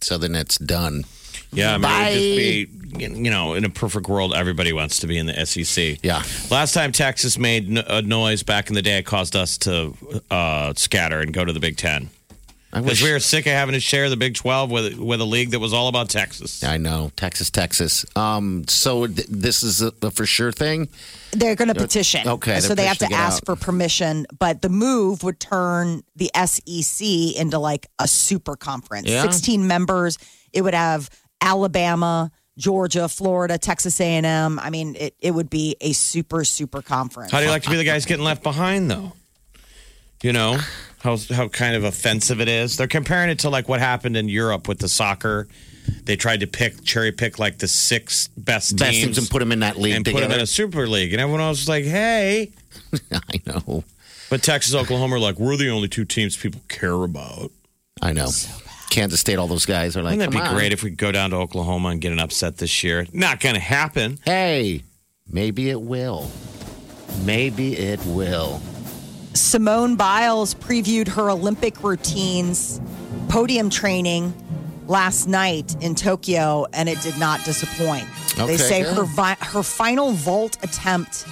So then it's done. Yeah, I mean, it would just be, you know, in a perfect world, everybody wants to be in the E SEC. Yeah. Last time Texas made n- a noise back in the day, it caused us to uh, scatter and go to the Big Ten. I Because wish. we were sick of having to share the Big 12 with, with a league that was all about Texas. I know Texas, Texas. Um, so th- this is a, a for sure thing. They're going to petition. okay, So they they're have to pushing it ask out. for permission, but the move would turn the SEC into like a super conference. Yeah. 16 members. It would have Alabama, Georgia, Florida, Texas A&M. I mean, it, it would be a super, super conference. How do you like to be the guys getting left behind, though? You know how how kind of offensive it is. They're comparing it to like what happened in Europe with the soccer. They tried to pick cherry pick like the six best teams, Best teams and put them in that league and put together. them in a super league, and everyone else was like, "Hey." I know. But Texas, Oklahoma are like, we're the only two teams people care about. I know. Kansas State, all those guys are like, Wouldn't that be "Come on." great if we go down to Oklahoma and get an upset this year? Not going to happen. Hey, maybe it will. Maybe it will. Simone Biles previewed her Olympic routines podium training last night in Tokyo, and it did not disappoint. Okay, they say good. her vi- her final vault attempt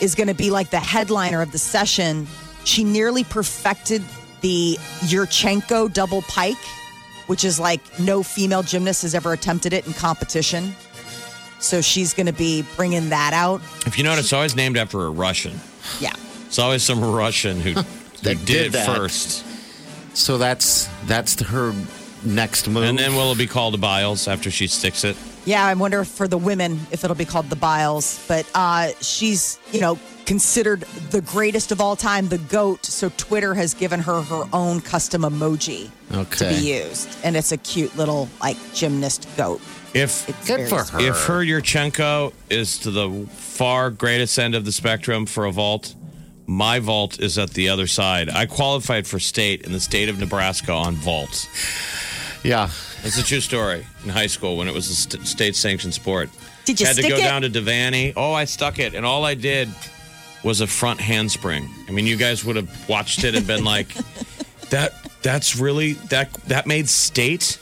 is going to be like the headliner of the session. She nearly perfected the Yurchenko double pike, which is like no female gymnast has ever attempted it in competition. So she's going to be bringing that out. If you notice, it's always named after a Russian. Yeah. It's always some Russian who, who That did, did it that. first. So that's that's her next move. And then will it be called Biles after she sticks it? Yeah, I wonder if for the women if it'll be called the Biles, but uh, she's you know considered the greatest of all time, the goat. So Twitter has given her her own custom emoji to Okay. be used, and it's a cute little like gymnast goat. If It's Good very for sweet. her. if her Yurchenko is to the far greatest end of the spectrum for a vault, my vault is at the other side. I qualified for state in the state of Nebraska on vault. yeah. It's a true story. In high school, when it was a st- state sanctioned sport, Did you had to stick go it? down to Devaney. Oh, I stuck it, and all I did was a front handspring. I mean, you guys would have watched it and been like, "That that's really that that made state."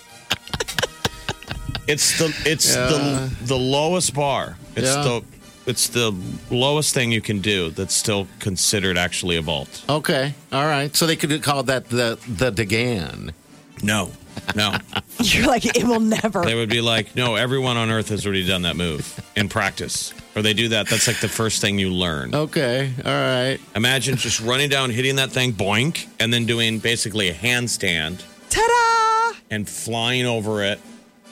It's the it's the the lowest bar. It's Yeah. the it's the lowest thing you can do that's still considered actually a vault. Okay. All right. So they could call that the the Degan. No, no. You're like it will never. They would be like, no, everyone on earth has already done that move in practice. Or they do that. That's like the first thing you learn. Okay. All right. Imagine just running down, hitting that thing, boink, and then doing basically a handstand Ta-da! and flying over it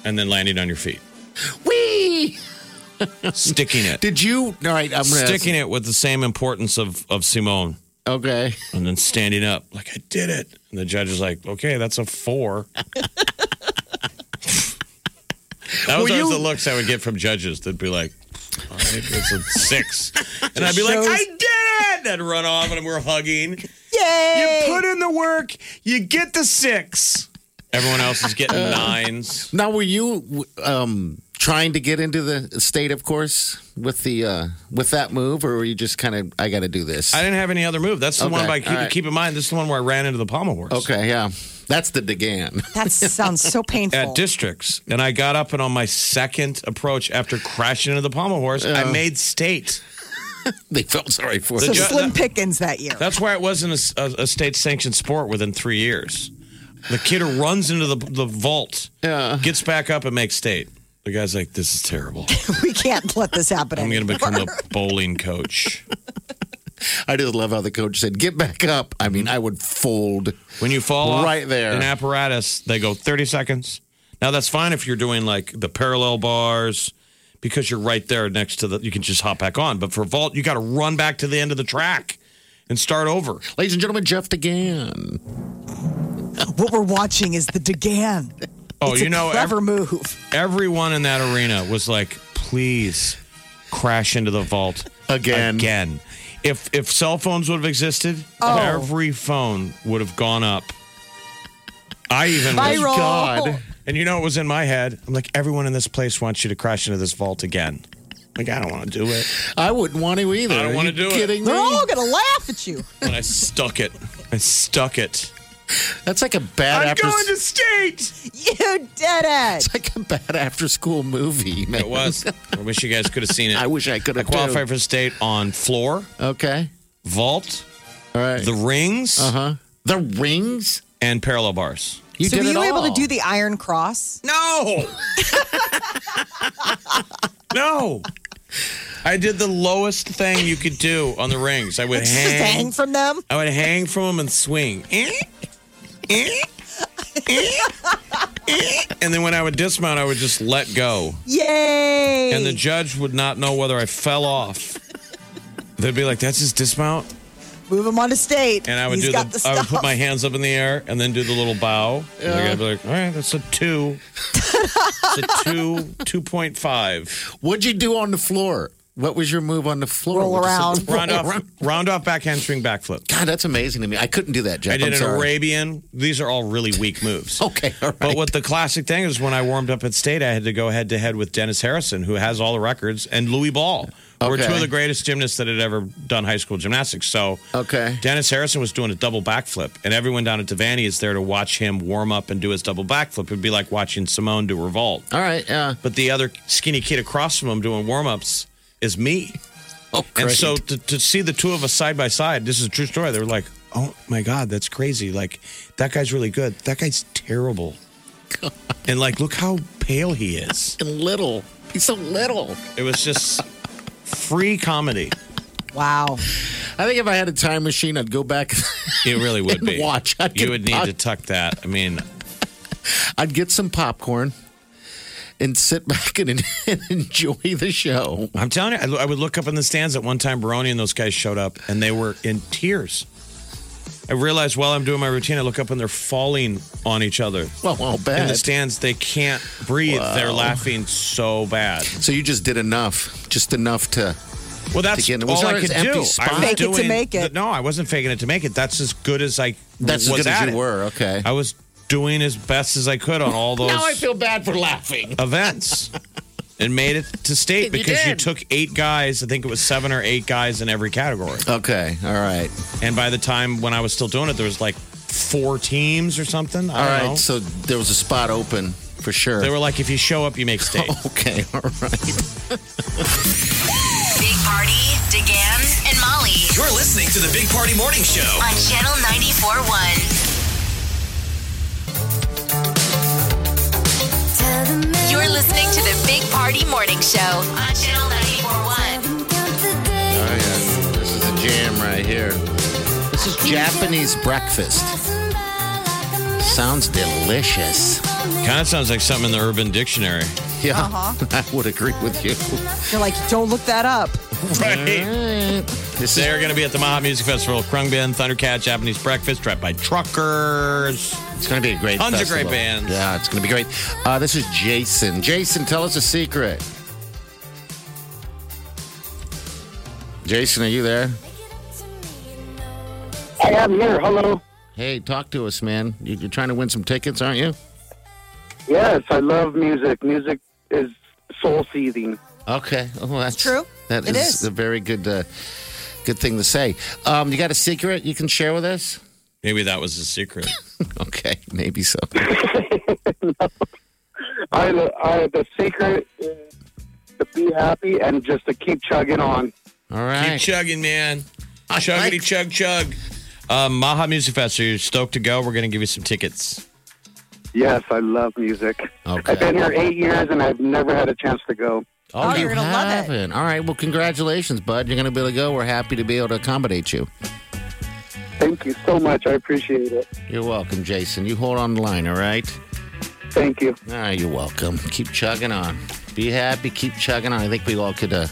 and then landing on your feet. Wee. Sticking it. Did you? All right. I'm gonna Sticking it with the same importance of, of Simone Okay. and then standing up like, I did it. And the judge is like, okay, that's a four. That was Were always you- the looks I would get from judges. They'd be like, all right, it's a six. And I'd be like, I did it! And I'd run off and we're hugging. Yay! You put in the work, you get the six. Everyone else is getting Uh. nines. Now, were you um, trying to get into the state, of course, with the uh, with that move, or were you just kind of I got to do this? I didn't have any other move. That's the one Okay, by keep, all right. keep in mind, this is the one where I ran into the pommel horse. okay. Yeah. That's the Degan. that sounds so painful. At districts, and I got up and on my second approach after crashing into the pommel horse, I made state. they felt sorry for so you. ju- Slim Pickens that year. That's why it wasn't a, a- a state sanctioned sport within three years. The kid who runs into the, the vault, gets back up and makes state. The guy's like, this is terrible. we can't let this happen. I'm going to anymore. become a bowling coach. I just love how the coach said, "Get back up." I mean, I would fold. When you fall off Right there. an apparatus, they go 30 seconds. Now, that's fine if you're doing like the parallel bars because you're right there next to the, you can just hop back on. But for vault, you got to run back to the end of the track and start over. Ladies and gentlemen, Jeff Degan. What we're watching is the Degan. Oh, it's you a know, ev- clever move. Oh everyone in that arena was like, please crash into the vault Again. Again. If if cell phones would have existed, Oh. every phone would have gone up. I even was, Viral. God. and you know it was in my head. I'm like, everyone in this place wants you to crash into this vault again. Like, I don't want to do it. I wouldn't want to either. I don't Are wanna you do it. kidding They're me? all going to laugh at you. But I stuck it. I stuck it. That's like a bad I'm after. going to skate. You did it. it's like a bad after school movie. Man. It was. I wish you guys could have seen it. I wish I could I have qualified for state on floor, Okay. vault, All right. the rings, huh. The rings. and parallel bars. You so did were it you able all. to do the Iron Cross? No. no. I did the lowest thing you could do on the rings. I would Just hang. hang from them? I would hang from them and swing. Eh, eh, eh, eh. and then when I would dismount, I would just let go. Yay. And the judge would not know whether I fell off. They'd be like, that's his dismount. Move him on to state. And I would He's do got the, the I would put stuff. my hands up in the air and then do the little bow. And they're gonna be like, all right, that's a two. it's a two, two point five. What'd you do on the floor? What was your move on the floor? Roll What was it? around. Round off, round off backhand swing backflip. God, that's amazing to me. I couldn't do that, Jeff. I did I'm an sorry. Arabian. These are all really weak moves. Okay, all right. But what the classic thing is when I warmed up at state, I had to go head to head with Dennis Harrison, who has all the records, and Louis Ball, who were Okay. two of the greatest gymnasts that had ever done high school gymnastics. So Okay. Dennis Harrison was doing a double backflip, and everyone down at Devaney is there to watch him warm up and do his double backflip. It'd be like watching Simone do her vault. All right. Uh, But the other skinny kid across from him doing warm ups is me. oh, And great. so to, to see the two of us side by side, this is a true story. They were like, oh my God, that's crazy. Like, that guy's really good. That guy's terrible. And like, look how pale he is. And little. He's so little. It was just free comedy. wow. I think if I had a time machine, I'd go back. It really would And be. watch. I you could would need pop- to tuck that. I mean, I'd get some popcorn and sit back and, and enjoy the show. I'm telling you, I, lo- I would look up in the stands at one time. Baroni and those guys showed up, and they were in tears. I realized while I'm doing my routine, I look up and they're falling on each other Well, I'll in bet. the stands. They can't breathe. They're laughing so bad. so you just did enough, just enough to. Well, that's Again, it was all I our could empty do. spot. I was Fake it to doing- make it. No, I wasn't faking it to make it. That's as good as I. That's as was good as at you it. were. Okay. I was doing as best as I could on all those bad for laughing. events. And made it to state And you because you did. took eight guys. I think it was seven or eight guys in every category. Okay. All right. And by the time when I was still doing it, there was like four teams or something. All I right. don't know. So there was a spot open for sure. They were like, if you show up, you make state. okay. All right. Big Party, DeGan, and Molly You're listening to the Big Party Morning Show. on Channel 94.1. You're listening to the Big Party Morning Show on Channel 94.1. Oh, yeah. This is a jam right here. This is Japanese breakfast. Sounds delicious. Kind of sounds like something in the Urban Dictionary. Yeah, I would agree with you. You're like, don't look that up. Right. This They is are going to be at the Maha Music Festival, Krungbin, Thundercat, Japanese Breakfast, Trapped by Truckers. it's going to be a great. Tons of festival. great bands. Yeah, it's going to be great. Uh, this is Jason. Jason, tell us a secret. Jason, are you there? I am here. Hello. Hey, talk to us, man. You- You're trying to win some tickets, aren't you? Yes, I love music. Music is soul seething. Okay, well, that's true. That is It is. a very good, uh, good thing to say. Um, you got a secret you can share with us? Maybe that was the secret. Okay, maybe so. I, I the secret is to be happy and just to keep chugging on. All Keep right. chugging, man. I Chuggity, like- chug, chug. Uh, Maha Music Festival, you're stoked to go. We're going to give you some tickets. Yes, I love music. Okay. I've been here eight years and I've never had a chance to go. Oh, you're gonna love it. haven't. All right. Well, congratulations, bud. You're going to be able to go. We're happy to be able to accommodate you. Thank you so much. I appreciate it. You're welcome, Jason. You hold on the line, all right? Thank you. All right, you're welcome. Keep chugging on. Be happy. Keep chugging on. I think we all could uh,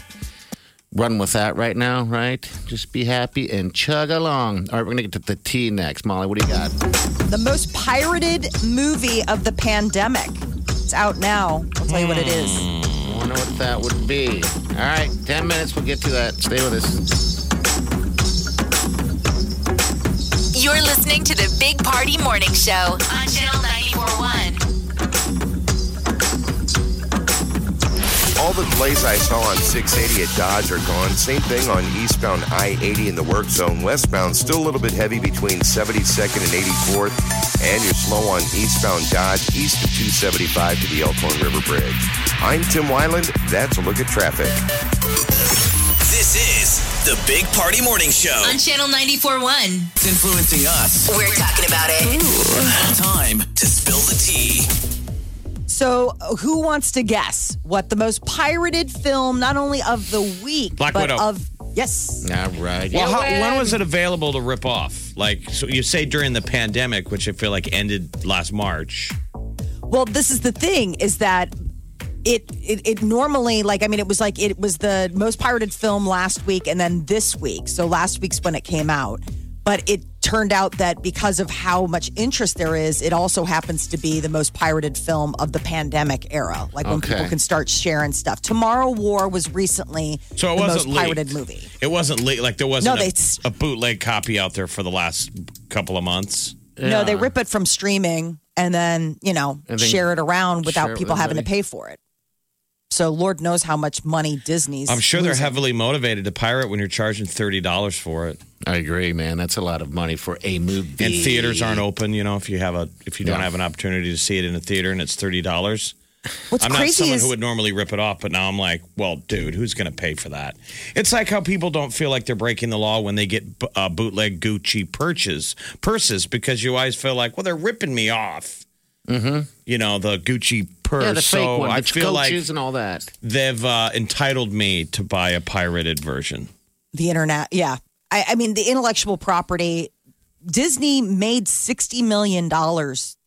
run with that right now, right? Just be happy and chug along. All right, we're going to get to the tea next. Molly, what do you got? The most pirated movie of the pandemic. It's out now. I'll tell you what it Hmm. is. I wonder what that would be. All right, 10 minutes. We'll get to that. Stay with us. You're listening to the Big Party Morning Show on Channel 94.1. All the delays I saw on 680 at Dodge are gone. Same thing on eastbound I 80 in the work zone. Westbound, still a little bit heavy between 72nd and 84th. And you're slow on eastbound Dodge, east of 275 to the Elkhorn River Bridge. I'm Tim Wyland. That's a look at traffic. This is the Big Party Morning Show. On Channel 94.1. It's influencing us. We're talking about it. Time to spill the tea. So, who wants to guess what the most pirated film, not only of the week, Black but Widow. of yes, All right. Well, how, when was it available to rip off? Like, so you say during the pandemic, which I feel like ended last March. Well, this is the thing is that it, it it normally like I mean it was like it was the most pirated film last week and then this week. So last week's when it came out. But it turned out that because of how much interest there is, it also happens to be the most pirated film of the pandemic era. Like when Okay. people can start sharing stuff. Tomorrow War was recently So it the wasn't most leaked. pirated movie. It wasn't late. Like there wasn't No, a, they- a bootleg copy out there for the last couple of months. No, they rip it from streaming and then, you know, And then share it around share without it people with having to everybody. pay for it. So Lord knows how much money Disney's I'm sure they're losing. heavily motivated to pirate when you're charging thirty dollars for it, I agree, man. That's a lot of money for a movie. and theaters aren't open. You know, if you have a if you don't Yeah. have an opportunity to see it in a theater and it's thirty dollars. What's I'm not crazy someone is who would normally rip it off, but now I'm like, well, dude, who's going to pay for that? It's like how people don't feel like they're breaking the law when they get b- uh, bootleg Gucci purchase, purses because you always feel like, well, they're ripping me off. Mm-hmm. You know, the Gucci purse. Yeah, the fake so one. I the feel like coaches and all that. they've uh, entitled me to buy a pirated version. the internet. Yeah. I, I mean, the intellectual property. Disney made $60 million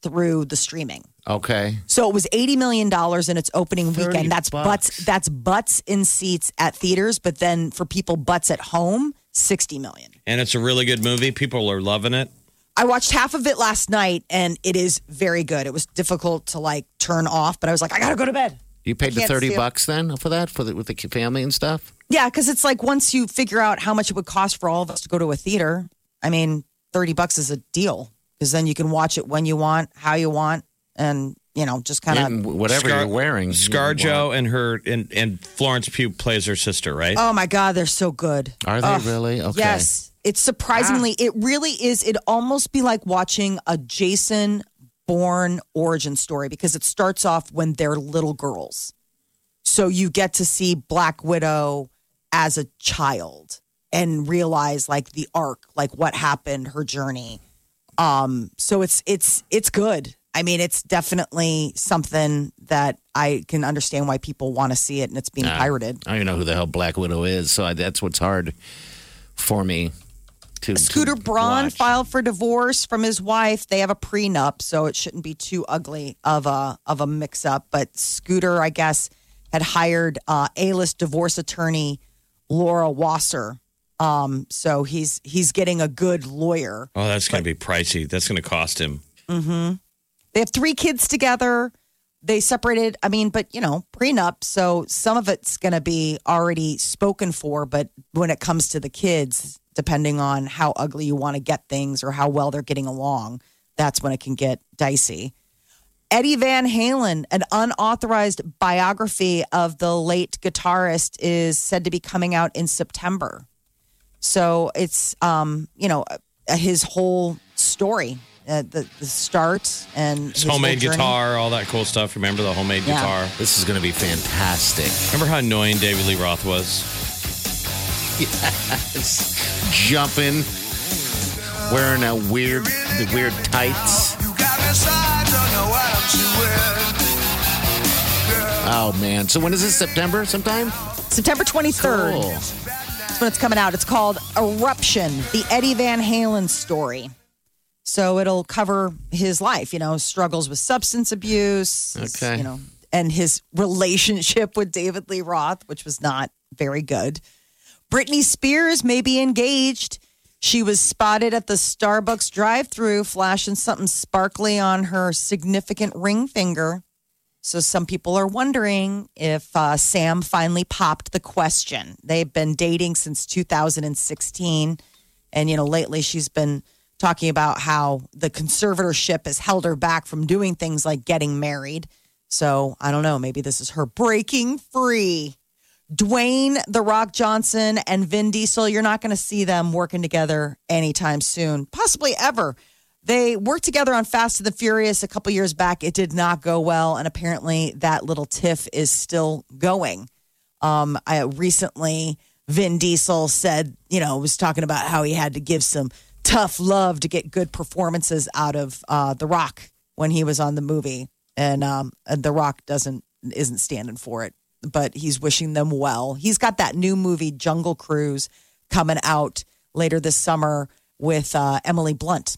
through the streaming. Okay. So it was $80 million in its opening 30 weekend. That's bucks. butts. That's butts in seats at theaters. But then for people butts at home, 60 million. And it's a really good movie. People are loving it. I watched half of it last night and it is very good. It was difficult to like turn off, but I was like, I got to go to bed. You paid the Can't thirty steal. bucks then for that for the, with the family and stuff. Yeah, because it's like once you figure out how much it would cost for all of us to go to a theater, I mean, 30 bucks is a deal because then you can watch it when you want, how you want, and, you know, just kind of. And whatever Scar- you're wearing. ScarJo and her and, and Florence Pugh plays her sister, right? Oh my God, they're so good. Are they Ugh, really? Okay. Ah. Yes. It's surprisingly, it really is. It'd almost be like watching a Jason Bourne origin story because it starts off when they're little girls. So you get to see Black Widow as a child and realize like the arc, like what happened, her journey. Um, so it's it's it's good. I mean, it's definitely something that I can understand why people want to see it and it's being pirated. I don't even know who the hell Black Widow is, so I, that's what's hard for me. To Scooter to Braun watch. filed for divorce from his wife. They have a prenup, so it shouldn't be too ugly of a of a mix up. But Scooter, I guess, had hired uh, a list divorce attorney Laura Wasser. Um, so he's he's getting a good lawyer. Oh, that's going to be pricey. That's going to cost him. They have three kids together. They separated. I mean, but you know, prenup. So some of it's going to be already spoken for. But when it comes to the kids, depending on how ugly you want to get things or how well they're getting along, that's when it can get dicey. Eddie Van Halen, an unauthorized biography of the late guitarist, is said to be coming out in September. So it's um, you know uh, his whole story, uh, the the start and It's his homemade whole journey. guitar, all that cool stuff. Remember the homemade Yeah. guitar? This is going to be fantastic. Remember how annoying David Lee Roth was? It's jumping, wearing a weird, the weird tights. You got me side, don't know what you will. Oh man! So when is this? September sometime? September twenty third. Cool. That's when it's coming out. It's called Eruption: The Eddie Van Halen Story. So it'll cover his life, you know, struggles with substance abuse, his, Okay. you know, and his relationship with David Lee Roth, which was not very good. Britney Spears may be engaged. She was spotted at the Starbucks drive-through flashing something sparkly on her significant ring finger. So some people are wondering if uh, Sam finally popped the question. They've been dating since 2016, and you know lately she's been talking about how the conservatorship has held her back from doing things like getting married. So I don't know. Maybe this is her breaking free. Dwayne The Rock Johnson and Vin Diesel, you're not going to see them working together anytime soon, possibly ever. They worked together on Fast and the Furious a couple years back. It did not go well. And apparently that little tiff is still going. Um, I recently, Vin Diesel said, you know, was talking about how he had to give some tough love to get good performances out of uh, The Rock when he was on the movie, and um, and The Rock doesn't isn't standing for it, but he's wishing them well. He's got that new movie Jungle Cruise coming out later this summer with uh, Emily Blunt.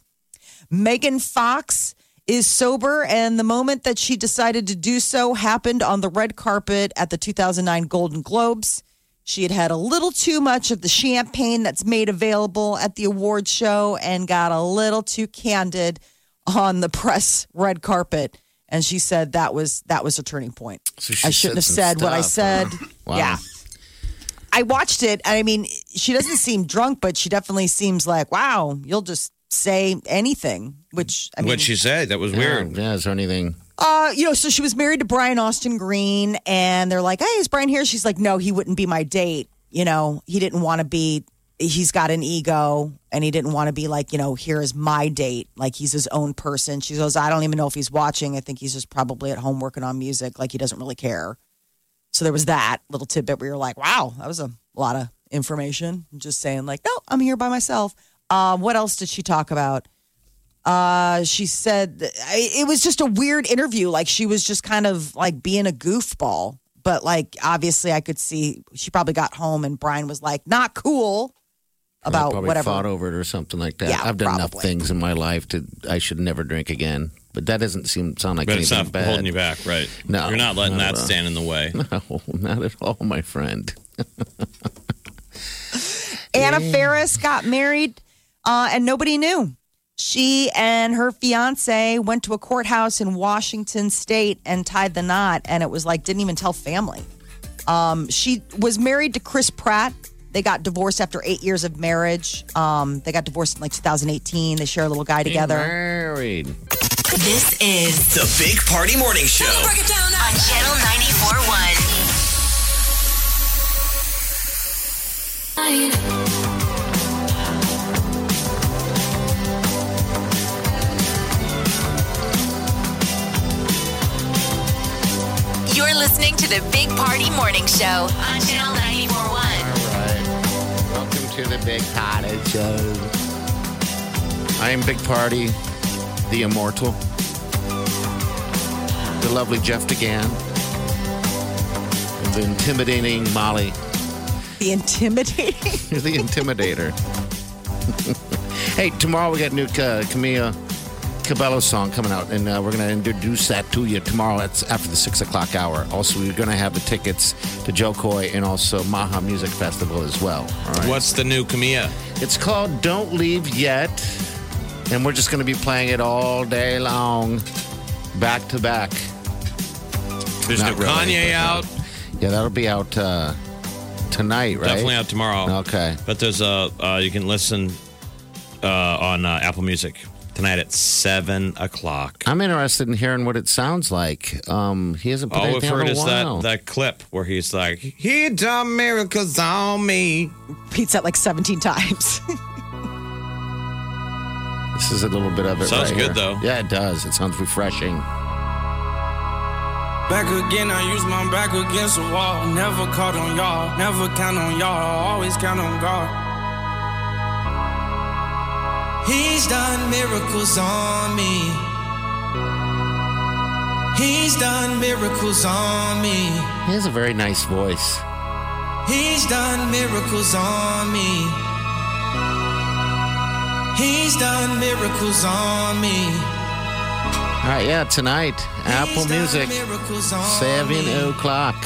Megan Fox is sober, and the moment that she decided to do so happened on the red carpet at the 2009 Golden Globes. She had had a little too much of the champagne that's made available at the award show and got a little too candid on the press red carpet. And she said that was that was a turning point. So she I shouldn't have said said what I said. some stuff, huh? Wow. Yeah. I watched it. I mean, she doesn't seem drunk, but she definitely seems like, wow, you'll just say anything, which I mean, what she said, that was weird. Yeah, is there anything? uh, you know, so she was married to Brian Austin Green, and they're like, "Hey, is Brian here?" She's like, "No, he wouldn't be my date. You know, he didn't want to be. He's got an ego, and he didn't want to be like, you know, here is my date. Like he's his own person." She goes, "I don't even know if he's watching. I think he's just probably at home working on music. Like he doesn't really care." So there was that little tidbit where you're like, "Wow, that was a lot of information." Just saying, like, "No, I'm here by myself." Uh, what else did she talk about? uh, she said th- I- it was just a weird interview. Like she was just kind of like being a goofball. But like obviously, I could see she probably got home and Brian was like, "Not cool." I About probably whatever. fought over it or something like that. Yeah, I've done enough probably. things in my life to I should never drink again. But that doesn't seem sound like But it's anything not bad. holding you back, right? No, You're not letting not that at all. stand in the way. No, not at all, my friend. Anna Ferris got married, uh, and nobody knew. She and her fiance went to a courthouse in Washington State and tied the knot, and it was like didn't even tell family. Um, she was married to Chris Pratt. They got divorced after eight years of marriage. Um, they got divorced in like 2018. They share a little guy together. Married. This is The Big Party Morning Show. on Channel 94.1. You're listening to the Big Party Morning Show on Channel 94.1. All right. Welcome to the Big Party Show. I am Big Party, the immortal, the lovely Jeff DeGan, and the intimidating Molly, The intimidating. the intimidator. hey, tomorrow we got new uh, Camilla Cabello song coming out, and uh, we're going to introduce that to you tomorrow. That's after the six o'clock hour. Also, we're going to have the tickets to Joe Coy and also Maha Music Festival as well. All right. What's the new Camilla? It's called Don't Leave Yet. And we're just going to be playing it all day long, back to back. There's Not no really, Kanye but, uh, out. Yeah, that'll be out uh, tonight, right? Definitely out tomorrow. Okay. But there's a uh, you can listen uh, on uh, Apple Music tonight at seven o'clock. I'm interested in hearing what it sounds like. Um, he hasn't put All we've anything out in heard a is that, while. that clip where he's like, "He done miracles on me." Repeats that like 17 times. This is a little bit of it. Sounds right good, here. though. Yeah, it does. It sounds refreshing. Back again, I use my back against the wall. Never caught on y'all, never count on y'all, always count on God. He's done miracles on me. He's done miracles on me. He has a very nice voice. He's done miracles on me. He's done miracles on me. All right, yeah, tonight, Apple He's done Music, miracles on seven me. o'clock.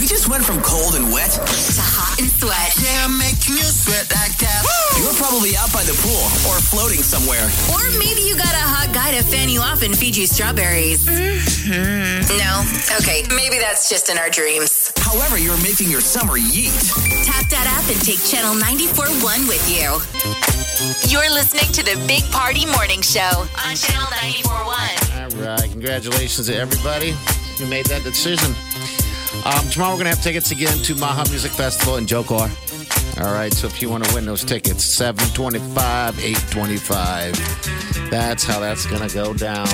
We just went from cold and wet to hot and sweat. Yeah, I'm making you sweat like that. You're probably out by the pool or floating somewhere. Or maybe you got a hot guy to fan you off and feed you strawberries. No? Okay, maybe that's just in our dreams. However, you're making your summer yeet. Tap that app and take Channel 941 with you. You're listening to the Big Party Morning Show on Channel 941. All right, congratulations to everybody who made that decision. Um, tomorrow we're going to have tickets again to Maha Music Festival in Jokar. All right, so if you want to win those tickets, 725, 825. That's how that's going to go down.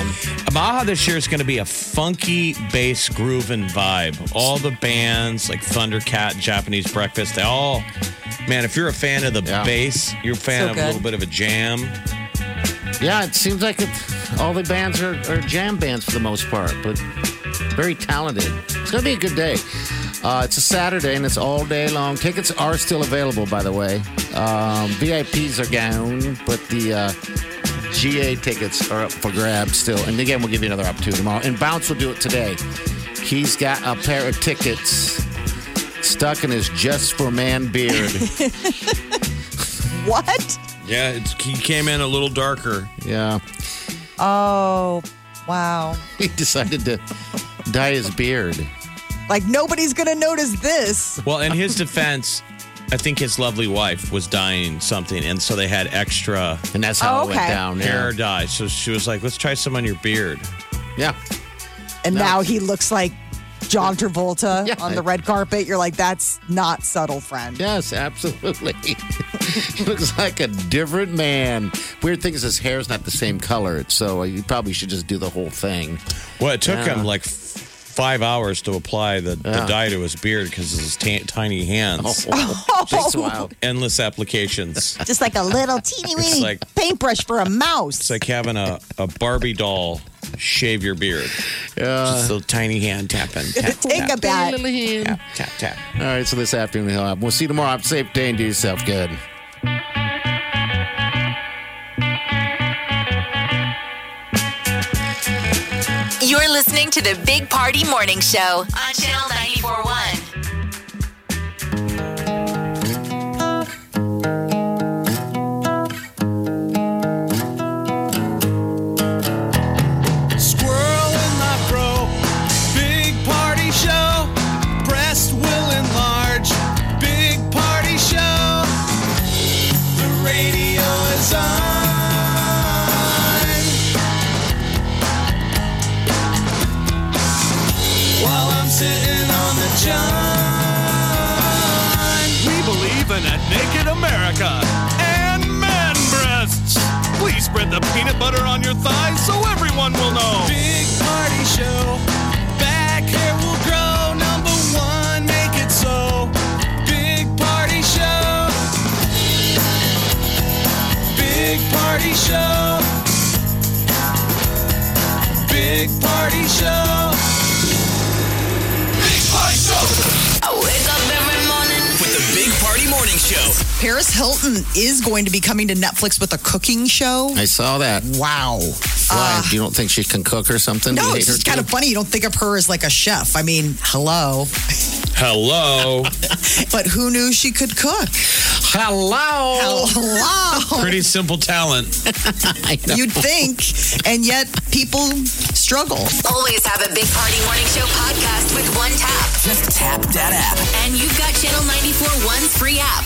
Maha this year is going to be a funky bass grooving vibe. All the bands like Thundercat, Japanese Breakfast, they all, man, if you're a fan of the bass, you're a fan So of good. a little bit of a jam. Yeah, it seems like it, all the bands are, are jam bands for the most part, but very talented. It's going to be a good day. Uh, it's a Saturday and it's all day long. Tickets are still available, by the way. Um, VIPs are gone, but the uh, GA tickets are up for grabs still. And again, we'll give you another opportunity tomorrow. And Bounce will do it today. He's got a pair of tickets stuck in his just for man beard. What? Yeah, it's, he came in a little darker. Yeah. Oh, wow. He decided to dye his beard. Like nobody's gonna notice this. Well, in his defense, I think his lovely wife was dying something, and so they had extra. And that's how it went Oh, okay. down, yeah. Hair dye. So she was like, let's try some on your beard. Yeah. And now he looks like John Travolta Yeah. on the red carpet. You're like, that's not subtle, friend. Yes, absolutely. he looks like a different man. Weird thing is his hair's not the same color, so you probably should just do the whole thing. Well, it took Yeah. him like f- five hours to apply the, the Yeah. dye to his beard because of his t- tiny hands. Oh. Takes a while. Endless applications. Just like a little teeny It's weeny like- paintbrush for a mouse. It's like having a, a Barbie doll shave your beard. Just a tiny hand tapping. Tap, Take a tap, bat. tap, tap, tap. All right, so this afternoon he'll have. We'll see you tomorrow. Have a safe day and do yourself good. You're listening to the Big Party Morning Show on Channel 941. Squirrel in my bro. Big party show. Breast will enlarge. Big party show. The radio is on. While I'm sitting on the john. We believe in a naked America and man breasts. Please spread the peanut butter on your thighs so everyone will know. Big party show. Back hair will grow. Number one, make it so. Big party show. Big party show. Big party show. Big party show. I wake up every morning with the Big Party Morning Show. Paris Hilton is going to be coming to Netflix with a cooking show. I saw that. Wow. Uh, Why? you don't think she can cook or something? No, you it's just kind of funny. You don't think of her as like a chef. I mean, hello. Hello. But who knew she could cook? Hello. Hello. Pretty simple talent. You'd think. And yet people struggle. Always have a Big Party Morning Show podcast with one tap. Just tap that app. And you've got Channel 941's free app.